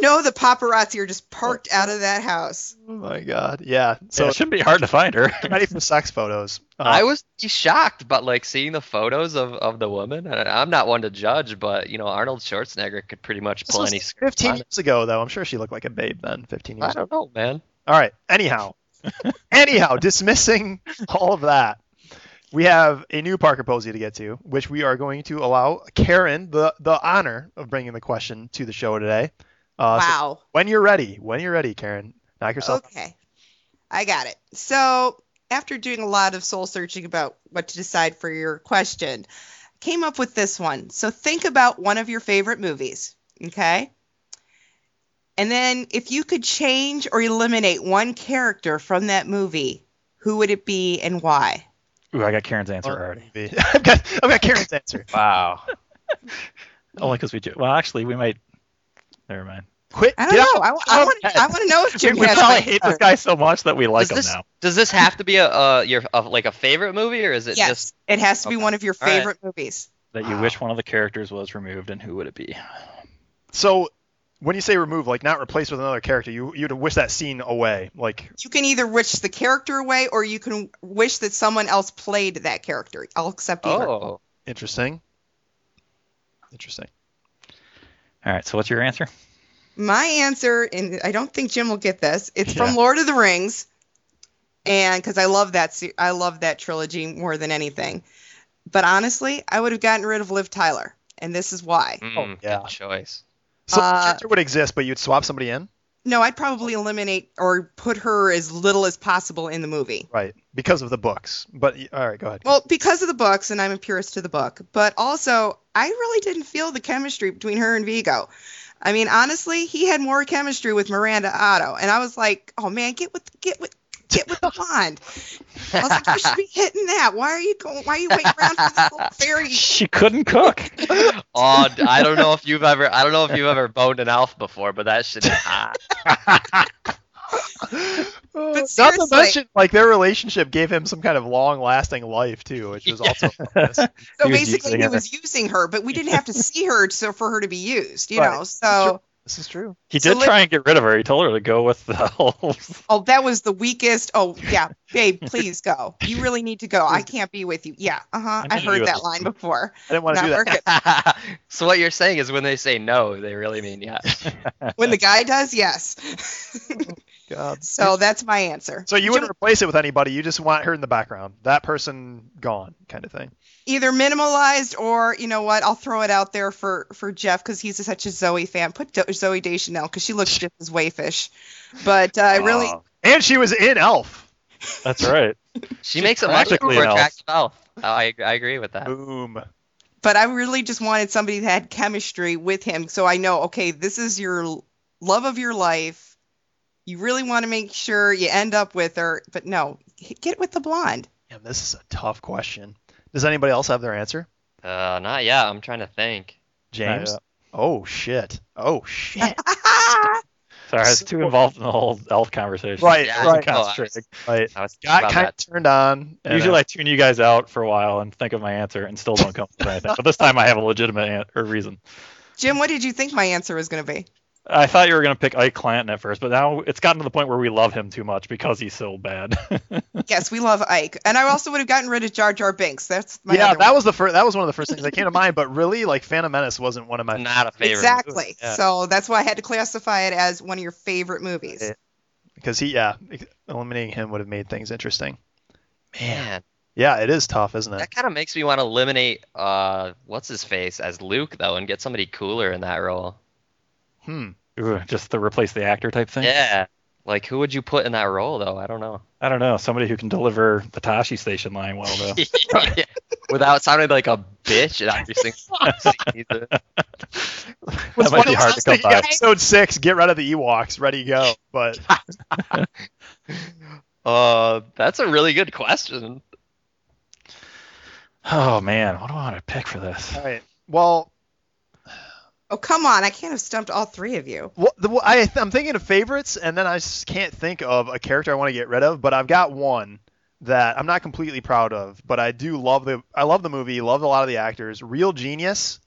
know the paparazzi are just parked out of that house.
Oh my god. Yeah.
So
So
it shouldn't be hard to find her.
ready for sex photos. Uh,
I was pretty shocked, but like seeing the photos of, of the woman, and I'm not one to judge, but you know Arnold Schwarzenegger could pretty much
this
pull
was
any. script
15
on it.
years ago, though. I'm sure she looked like a babe then. 15
I
years. Ago.
don't know, man.
All right. Anyhow, anyhow, dismissing all of that, we have a new Parker Posey to get to, which we are going to allow Karen the the honor of bringing the question to the show today. Uh, so
Wow.
when you're ready, when you're ready, Karen, knock yourself.
Okay. I got it. So, after doing a lot of soul searching about what to decide for your question, I came up with this one. So, think about one of your favorite movies, okay? And then if you could change or eliminate one character from that movie, who would it be and why?
Ooh, I got Karen's answer
Or-
already.
I've got I've got Karen's answer.
Wow.
Oh, Only because we do. Well, actually, we might Never mind.
Quit.
I don't
get out.
know. I, I, want, I want to know if
We,
Jim
we
Cash
probably
might
hate
be
this guy so much that we like
does
him
this
now.
does this have to be a uh, your a, like a favorite movie or is it
Yes,
just
it has to be
Okay.
one of your
All right.
favorite movies.
That you wish one of the characters was removed, and who would it be?
So when you say remove, like not replace with another character, you you'd wish that scene away. Like
You can either wish the character away, or you can wish that someone else played that character. I'll accept either.
oh
interesting. Interesting.
All right. So what's your answer?
My answer, and I don't think Jim will get this. It's
Yeah.
from Lord of the Rings, and because I love that, se- I love that trilogy more than anything. But honestly, I would have gotten rid of Liv Tyler, and this is why.
Oh,
Mm,
yeah.
good choice
So the
Uh,
character would exist, but you'd swap somebody in,
No, I'd probably eliminate or put her as little as possible in the movie.
right? Because of the books. But y- all right, go ahead.
Well, because of the books, and I'm a purist to the book, but also I really didn't feel the chemistry between her and Vigo. I mean, honestly, he had more chemistry with Miranda Otto, and I was like, oh man, get with get with get with the bond. I was like, you should be hitting that. Why are you going? Why are you waiting around for this little fairy?
She couldn't cook.
oh d- i don't know if you've ever i don't know if you've ever boned an elf before but that shit is hot.
Uh, not to
seriously-
mention, like their relationship gave him some kind of long-lasting life too, which was also
So
He was
basically,
using
he
her.
was using her, but we didn't have to see her so for her to be used, you
Right.
know. So,
this is true.
He
So
did
let-
try and get rid of her. He told her to go with the elves.
oh, that was the weakest. Oh yeah, babe, please go. You really need to go. I can't be with you. Yeah, uh huh.
I
I
need you
heard
at
that
least.
line before.
I didn't want to
Not
do that.
working.
so what you're saying is when they say no they really mean yes
when the guy does, yes.
God.
so that's my answer.
So you
Jim-
wouldn't replace it with anybody. You just want her in the background. That person gone, kind of thing.
either minimalized or you know what? I'll throw it out there for for Jeff because he's such a Zoe fan. Put Do- Zoe Deschanel because she looks just as wayfish. But uh, I really,
Oh,
And she was in Elf.
that's right.
she makes it much
practically
more
an elf.
attractive elf I, I agree with that
Boom.
but I really just wanted somebody that had chemistry with him, so I know okay, this is your l- love of your life. You really want to make sure you end up with her, but no, h- get with the blonde.
Damn, this is a tough question. Does anybody else have their answer?
uh not yet i'm trying to think
James?
Not
Oh shit. Oh shit.
Sorry, I was too involved in the whole elf conversation.
Right,
Yeah, I
right.
know.
Concentrating.
right.
i was thinking
Got
about
kind of
that.
turned on. and,
Usually
uh,
I tune you guys out for a while and think of my answer and still don't come up with anything. But this time I have a legitimate an- or reason.
Jim, what did you think my answer was going to be?
I thought you were going to pick Ike Clanton at first, but now it's gotten to the point where we love him too much because he's so bad.
Yes, we love Ike, and I also would have gotten rid of Jar Jar Binks. That's my
yeah,
other
that
one.
was the first. That was one of the first things that came to mind. But really, like Phantom Menace wasn't one of my.
not a favorite
exactly.
Yeah.
So that's why I had to classify it as one of your favorite movies.
Yeah. Because he, yeah, ex- eliminating him would have made things interesting.
man
Yeah, it is tough, isn't it?
That kind of makes me want to eliminate uh, what's his face as Luke though, and get somebody cooler in that role.
Hmm.
Ooh, Just to replace the actor type thing.
Yeah, like who would you put in that role though? I don't know.
I don't know. Somebody who can deliver the Tashi station line well, though.
Yeah. Without sounding like a bitch in every single scene either.
that might be hard to come by.
Episode six, get rid of the Ewoks, ready to go. But
Uh, that's a really good question.
Oh man, what do I want to pick for this?
all right, well,
Oh, come on. I can't have stumped all three of you.
Well, the, well, I, I'm thinking of favorites, and then I just can't think of a character I want to get rid of. But I've got one that I'm not completely proud of, but I do love the I love the movie, love a lot of the actors. Real genius.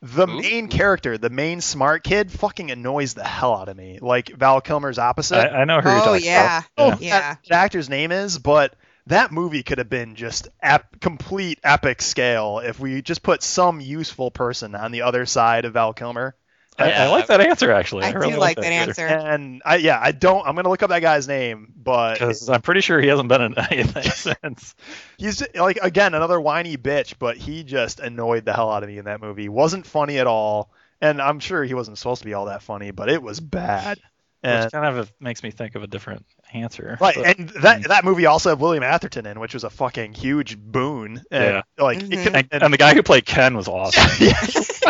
The
Ooh.
main character, the main smart kid, fucking annoys the hell out of me. Like Val Kilmer's opposite.
I, I know who you're
Oh,
talking about.
yeah.
Oh,
Yeah.
that actor's name is, but that movie could have been just ep- complete epic scale if we just put some useful person on the other side of Val Kilmer.
I, I like that answer actually. I,
I do
really
like that answer.
And I yeah, I don't I'm gonna look up that guy's name, but
because I'm pretty sure he hasn't been in anything since.
he's like again another whiny bitch, but he just annoyed the hell out of me in that movie. Wasn't funny at all, and I'm sure he wasn't supposed to be all that funny, but it was bad. And
Which kind of makes me think of a different answer.
right,
but-
and that that movie also had William Atherton in, which was a fucking huge boon. And, like
Mhm.
it could,
and, and the guy who played Ken was awesome.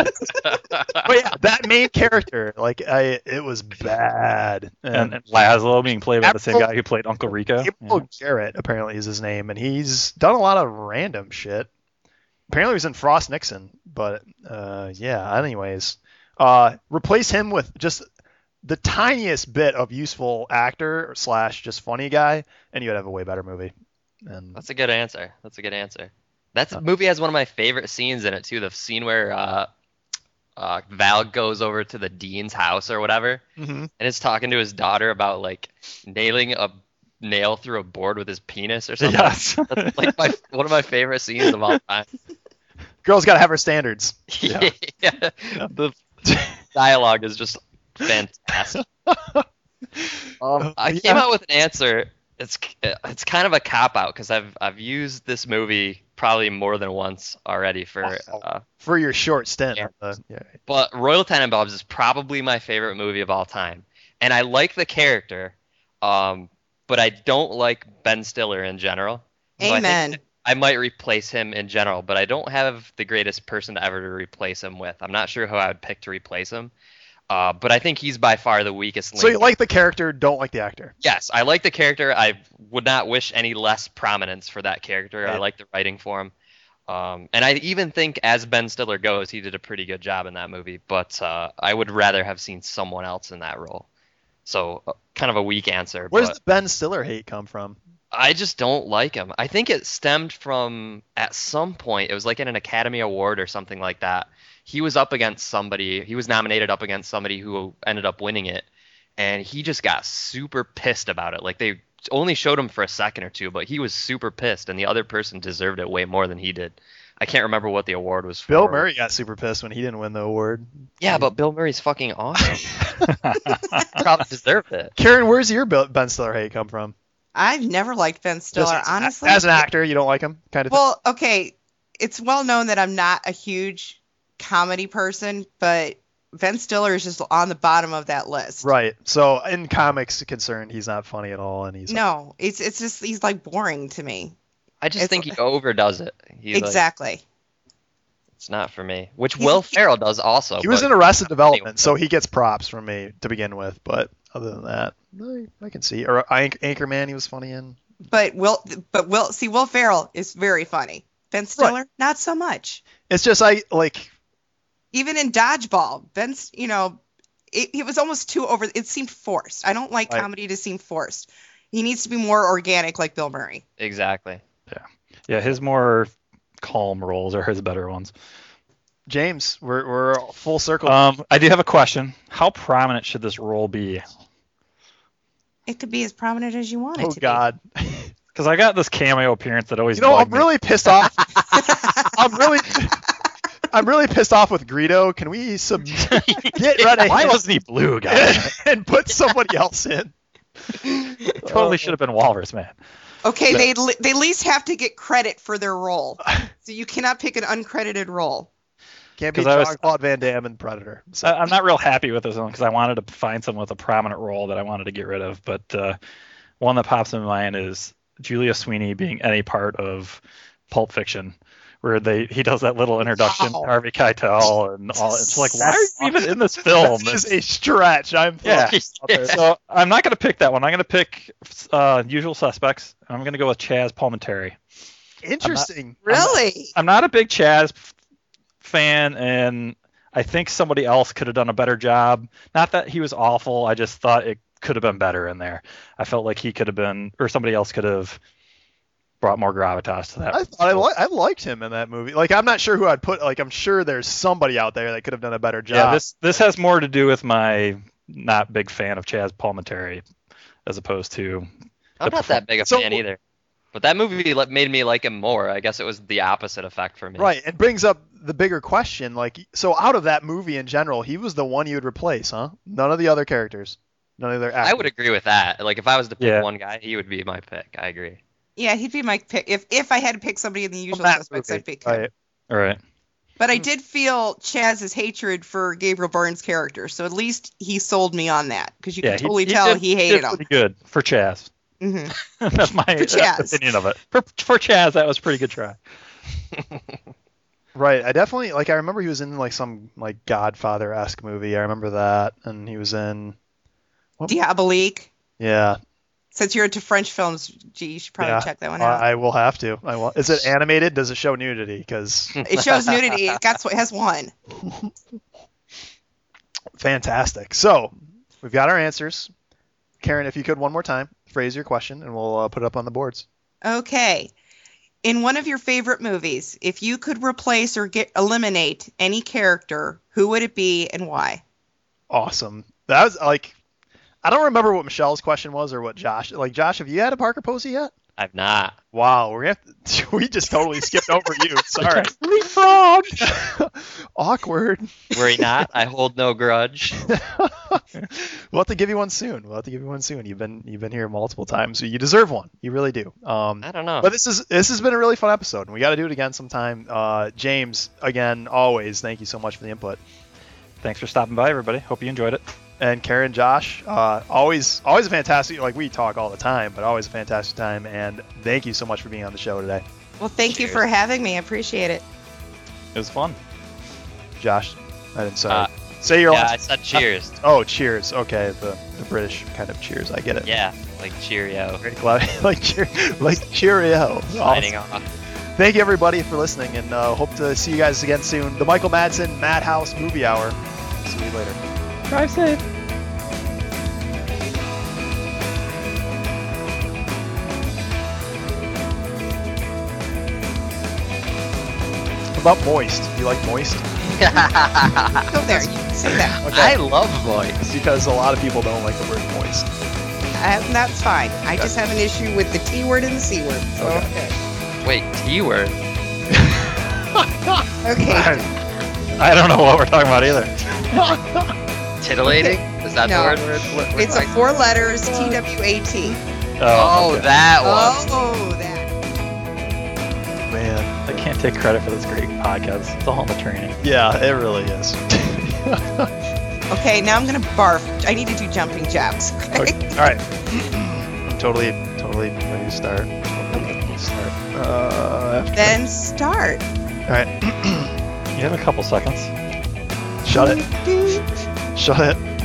but yeah, that main character, like I, it was bad.
and, and Laszlo being played by the same
April-
guy who played Uncle Rico.
April Jarrett apparently is his name, and he's done a lot of random shit. Apparently, he was in Frost Nixon, but uh, yeah. Anyways, Uh, replace him with just the tiniest bit of useful actor slash just funny guy, and you'd have a way better movie. And
That's a good answer. That's a good answer. That movie has one of my favorite scenes in it too. The scene where uh, uh, Val goes over to the dean's house or whatever, and is talking to his daughter about like nailing a nail through a board with his penis or something.
Yes.
That's like my one of my favorite scenes of all time.
girls gotta have her standards.
Yeah. The dialogue is just fantastic. um, I came
yeah.
out with an answer. It's it's kind of a cop out because I've I've used this movie probably more than once already for. Uh,
For your short stint.
Yeah.
Uh, yeah.
but Royal Tenenbaums is probably my favorite movie of all time, and I like the character, um, but I don't like Ben Stiller in general. So I think
Amen.
I might replace him in general, but I don't have the greatest person to ever to replace him with. I'm not sure who I would pick to replace him, uh, but I think he's by far the weakest link.
So you like the character, don't like the actor.
yes, I like the character. I would not wish any less prominence for that character. I
Yeah.
like the writing for him. Um, and I even think, as Ben Stiller goes, he did a pretty good job in that movie, but uh, I would rather have seen someone else in that role. So, uh, kind of a weak answer.
Where's
but-
the Ben Stiller hate come from?
I just don't like him. I think it stemmed from at some point it was like in an Academy Award or something like that. He was up against somebody. He was nominated up against somebody who ended up winning it, and he just got super pissed about it. Like they only showed him for a second or two, but he was super pissed, and the other person deserved it way more than he did. I can't remember what the award was for.
Bill Murray got super pissed when he didn't win the award.
Yeah, but Bill Murray's fucking awesome. Probably deserved it.
Karen, where's your Bill- Ben Stiller hate come from?
I've never liked Ben Stiller,
Just as-
honestly.
as an actor, you don't like him, kind of.
Well, okay, it's well known that I'm not a huge comedy person, but Ben Stiller is just on the bottom of that list.
thing. Right. So in comics concerned, he's not funny at all, and he's
No, it's it's just he's like boring to me.
I just
It's-
think he overdoes it. He's like,
exactly.
It's not for me. Which
He's-
Will Ferrell does also.
he was
but-
in Arrested
anyway.
Development, so he gets props from me to begin with. But other than that, I, I can see. Or Anch- Anchorman, he was funny in.
But Will, but Will, see, Will Ferrell is very funny. Ben Stiller, not so much.
It's just I like.
Even in Dodgeball, Ben's, you know, it, it was almost too over. It seemed forced. I don't like
Right.
comedy to seem forced. He needs to be more organic, like Bill Murray.
Exactly.
yeah, his more calm roles are his better ones.
James, we're we're full circle.
Uh,
Um, I do have a question. How prominent should this role be?
It could be as prominent as you want it
oh
to
God.
Because I got this cameo appearance that always.
You know, I'm
bugged me.
really pissed off. I'm really, I'm really pissed off with Greedo. Can we sub- get rid of
Why
him
wasn't he blue, guys?
and put somebody else in?
totally should have been Walrus Man.
be. Okay, they li- they at least have to get credit for their role. So you cannot pick an uncredited role.
Can't be
'Cause I was-
John Claude Van Damme and Predator. So,
I- I'm not real happy with this one because I wanted to find someone with a prominent role that I wanted to get rid of, but uh, one that pops in mind is Julia Sweeney being any part of Pulp Fiction, where they he does that little introduction,
Wow.
to Harvey Keitel, and all. It's like why are you even in this film?
this is a stretch. I'm
Yeah.
Okay.
So I'm not going to pick that one. I'm going to pick uh, Usual Suspects. and I'm going to go with Chaz Palminteri.
interesting.
Really?
I'm not a big Chaz f- fan, and I think somebody else could have done a better job. Not that he was awful, I just thought it could have been better in there. I felt like he could have been, or somebody else could have brought more gravitas to that.
I thought I, li- I liked him in that movie. Like I'm not sure who I'd put. Like I'm sure there's somebody out there that could have done a better job.
yeah, this this has more to do with my not big fan of Chaz Palminteri as opposed to
I'm
the
not that big a
So-
fan either. But that movie le- made me like him more. I guess it was the opposite effect for me.
right. It brings up the bigger question. Like so, out of that movie in general, he was the one you would replace, huh? None of the other characters, none of their actors.
I would agree with that. Like if I was to pick
Yeah.
one guy, he would be my pick. I agree.
Yeah, he'd be my pick. If if I had to pick somebody in the usual
that
suspects,
movie. Oh,
I'd pick him.
Right.
all right.
But I did feel Chaz's hatred for Gabriel Byrne's character, so at least he sold me on that because you
yeah,
could totally tell
did-
he hated
did
him.
Pretty good for Chaz.
hmm
that's my that's my
Chaz.
opinion of it. For, for Chaz, that was a pretty good try.
Right. I definitely like. I remember he was in like some like Godfather esque movie. I remember that, and he was in
Diabolique.
yeah.
Since you're into French films, gee, you should probably
Yeah. Oh,
check that one out.
I, I will have to. I will. Is it animated? Does it show nudity? Because
it shows nudity. It got it has one.
Fantastic. So we've got our answers. Karen, if you could one more time phrase your question, and we'll uh, put it up on the boards.
Okay. In one of your favorite movies, if you could replace or get eliminate any character, who would it be and why?
Awesome. That was like, I don't remember what Michelle's question was or what Josh. Like Josh, have you had a Parker Posey yet?
I've not.
Wow, we're gonna have to, we just totally skipped over you. Sorry.
Leapfrog.
Awkward.
Worry not. I hold no grudge.
we'll have to give you one soon. We'll have to give you one soon. You've been you've been here multiple times. so You deserve one. You really do. Um,
I don't know.
but this is this has been a really fun episode, and we got to do it again sometime. Uh, James, again, always thank you so much for the input,
Thanks for stopping by, everybody. Hope you enjoyed it.
and Karen, Josh, uh, always always a fantastic. Like we talk all the time, but always a fantastic time. And thank you so much for being on the show today,
Well, thank you for having me. I appreciate it.
It was fun.
Josh. I didn't say
Uh,
say your
yeah,
last.
I said cheers.
Oh, cheers. Okay, the, the British kind of cheers. I get it.
Yeah, like cheerio.
Very cloudy. like, cheer, like cheerio.
Signing
Awesome.
off.
Thank you, everybody, for listening, and uh, hope to see you guys again soon. The Michael Madsen Madhouse Movie Hour. See you later.
Drive safe.
How about Moist? Do you like Moist?
Uh, Go there. You can say that.
I love boy.
It's because a lot of people don't like the word moist.
I, that's fine. I just have an issue with the T word and the C word. So, okay.
Wait, T word.
Okay.
I don't know what we're talking about either.
Titillating? Is that
No.
the word? we're- we're- we're
It's a
talking-
four letters T W A T.
Oh,
okay.
that one.
Oh, that.
Man.
I can't take credit for this great podcast. It's all in the training.
Yeah, it really is.
Okay, now I'm gonna barf. I need to do jumping jacks. Okay.
Okay, All right. I'm totally, totally ready to start. Totally start. Uh, after-
Then start.
all right.
You have a couple seconds. Uh,
Shut it. Shut it.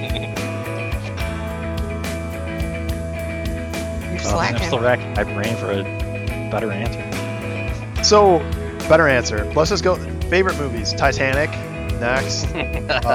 You're
Um, I'm
slacking.
still racking my brain for a better answer.
So, better answer. Let's just go. Favorite movies: Titanic. Next. Uh,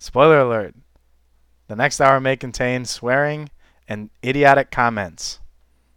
Spoiler alert. The next hour may contain swearing and idiotic comments.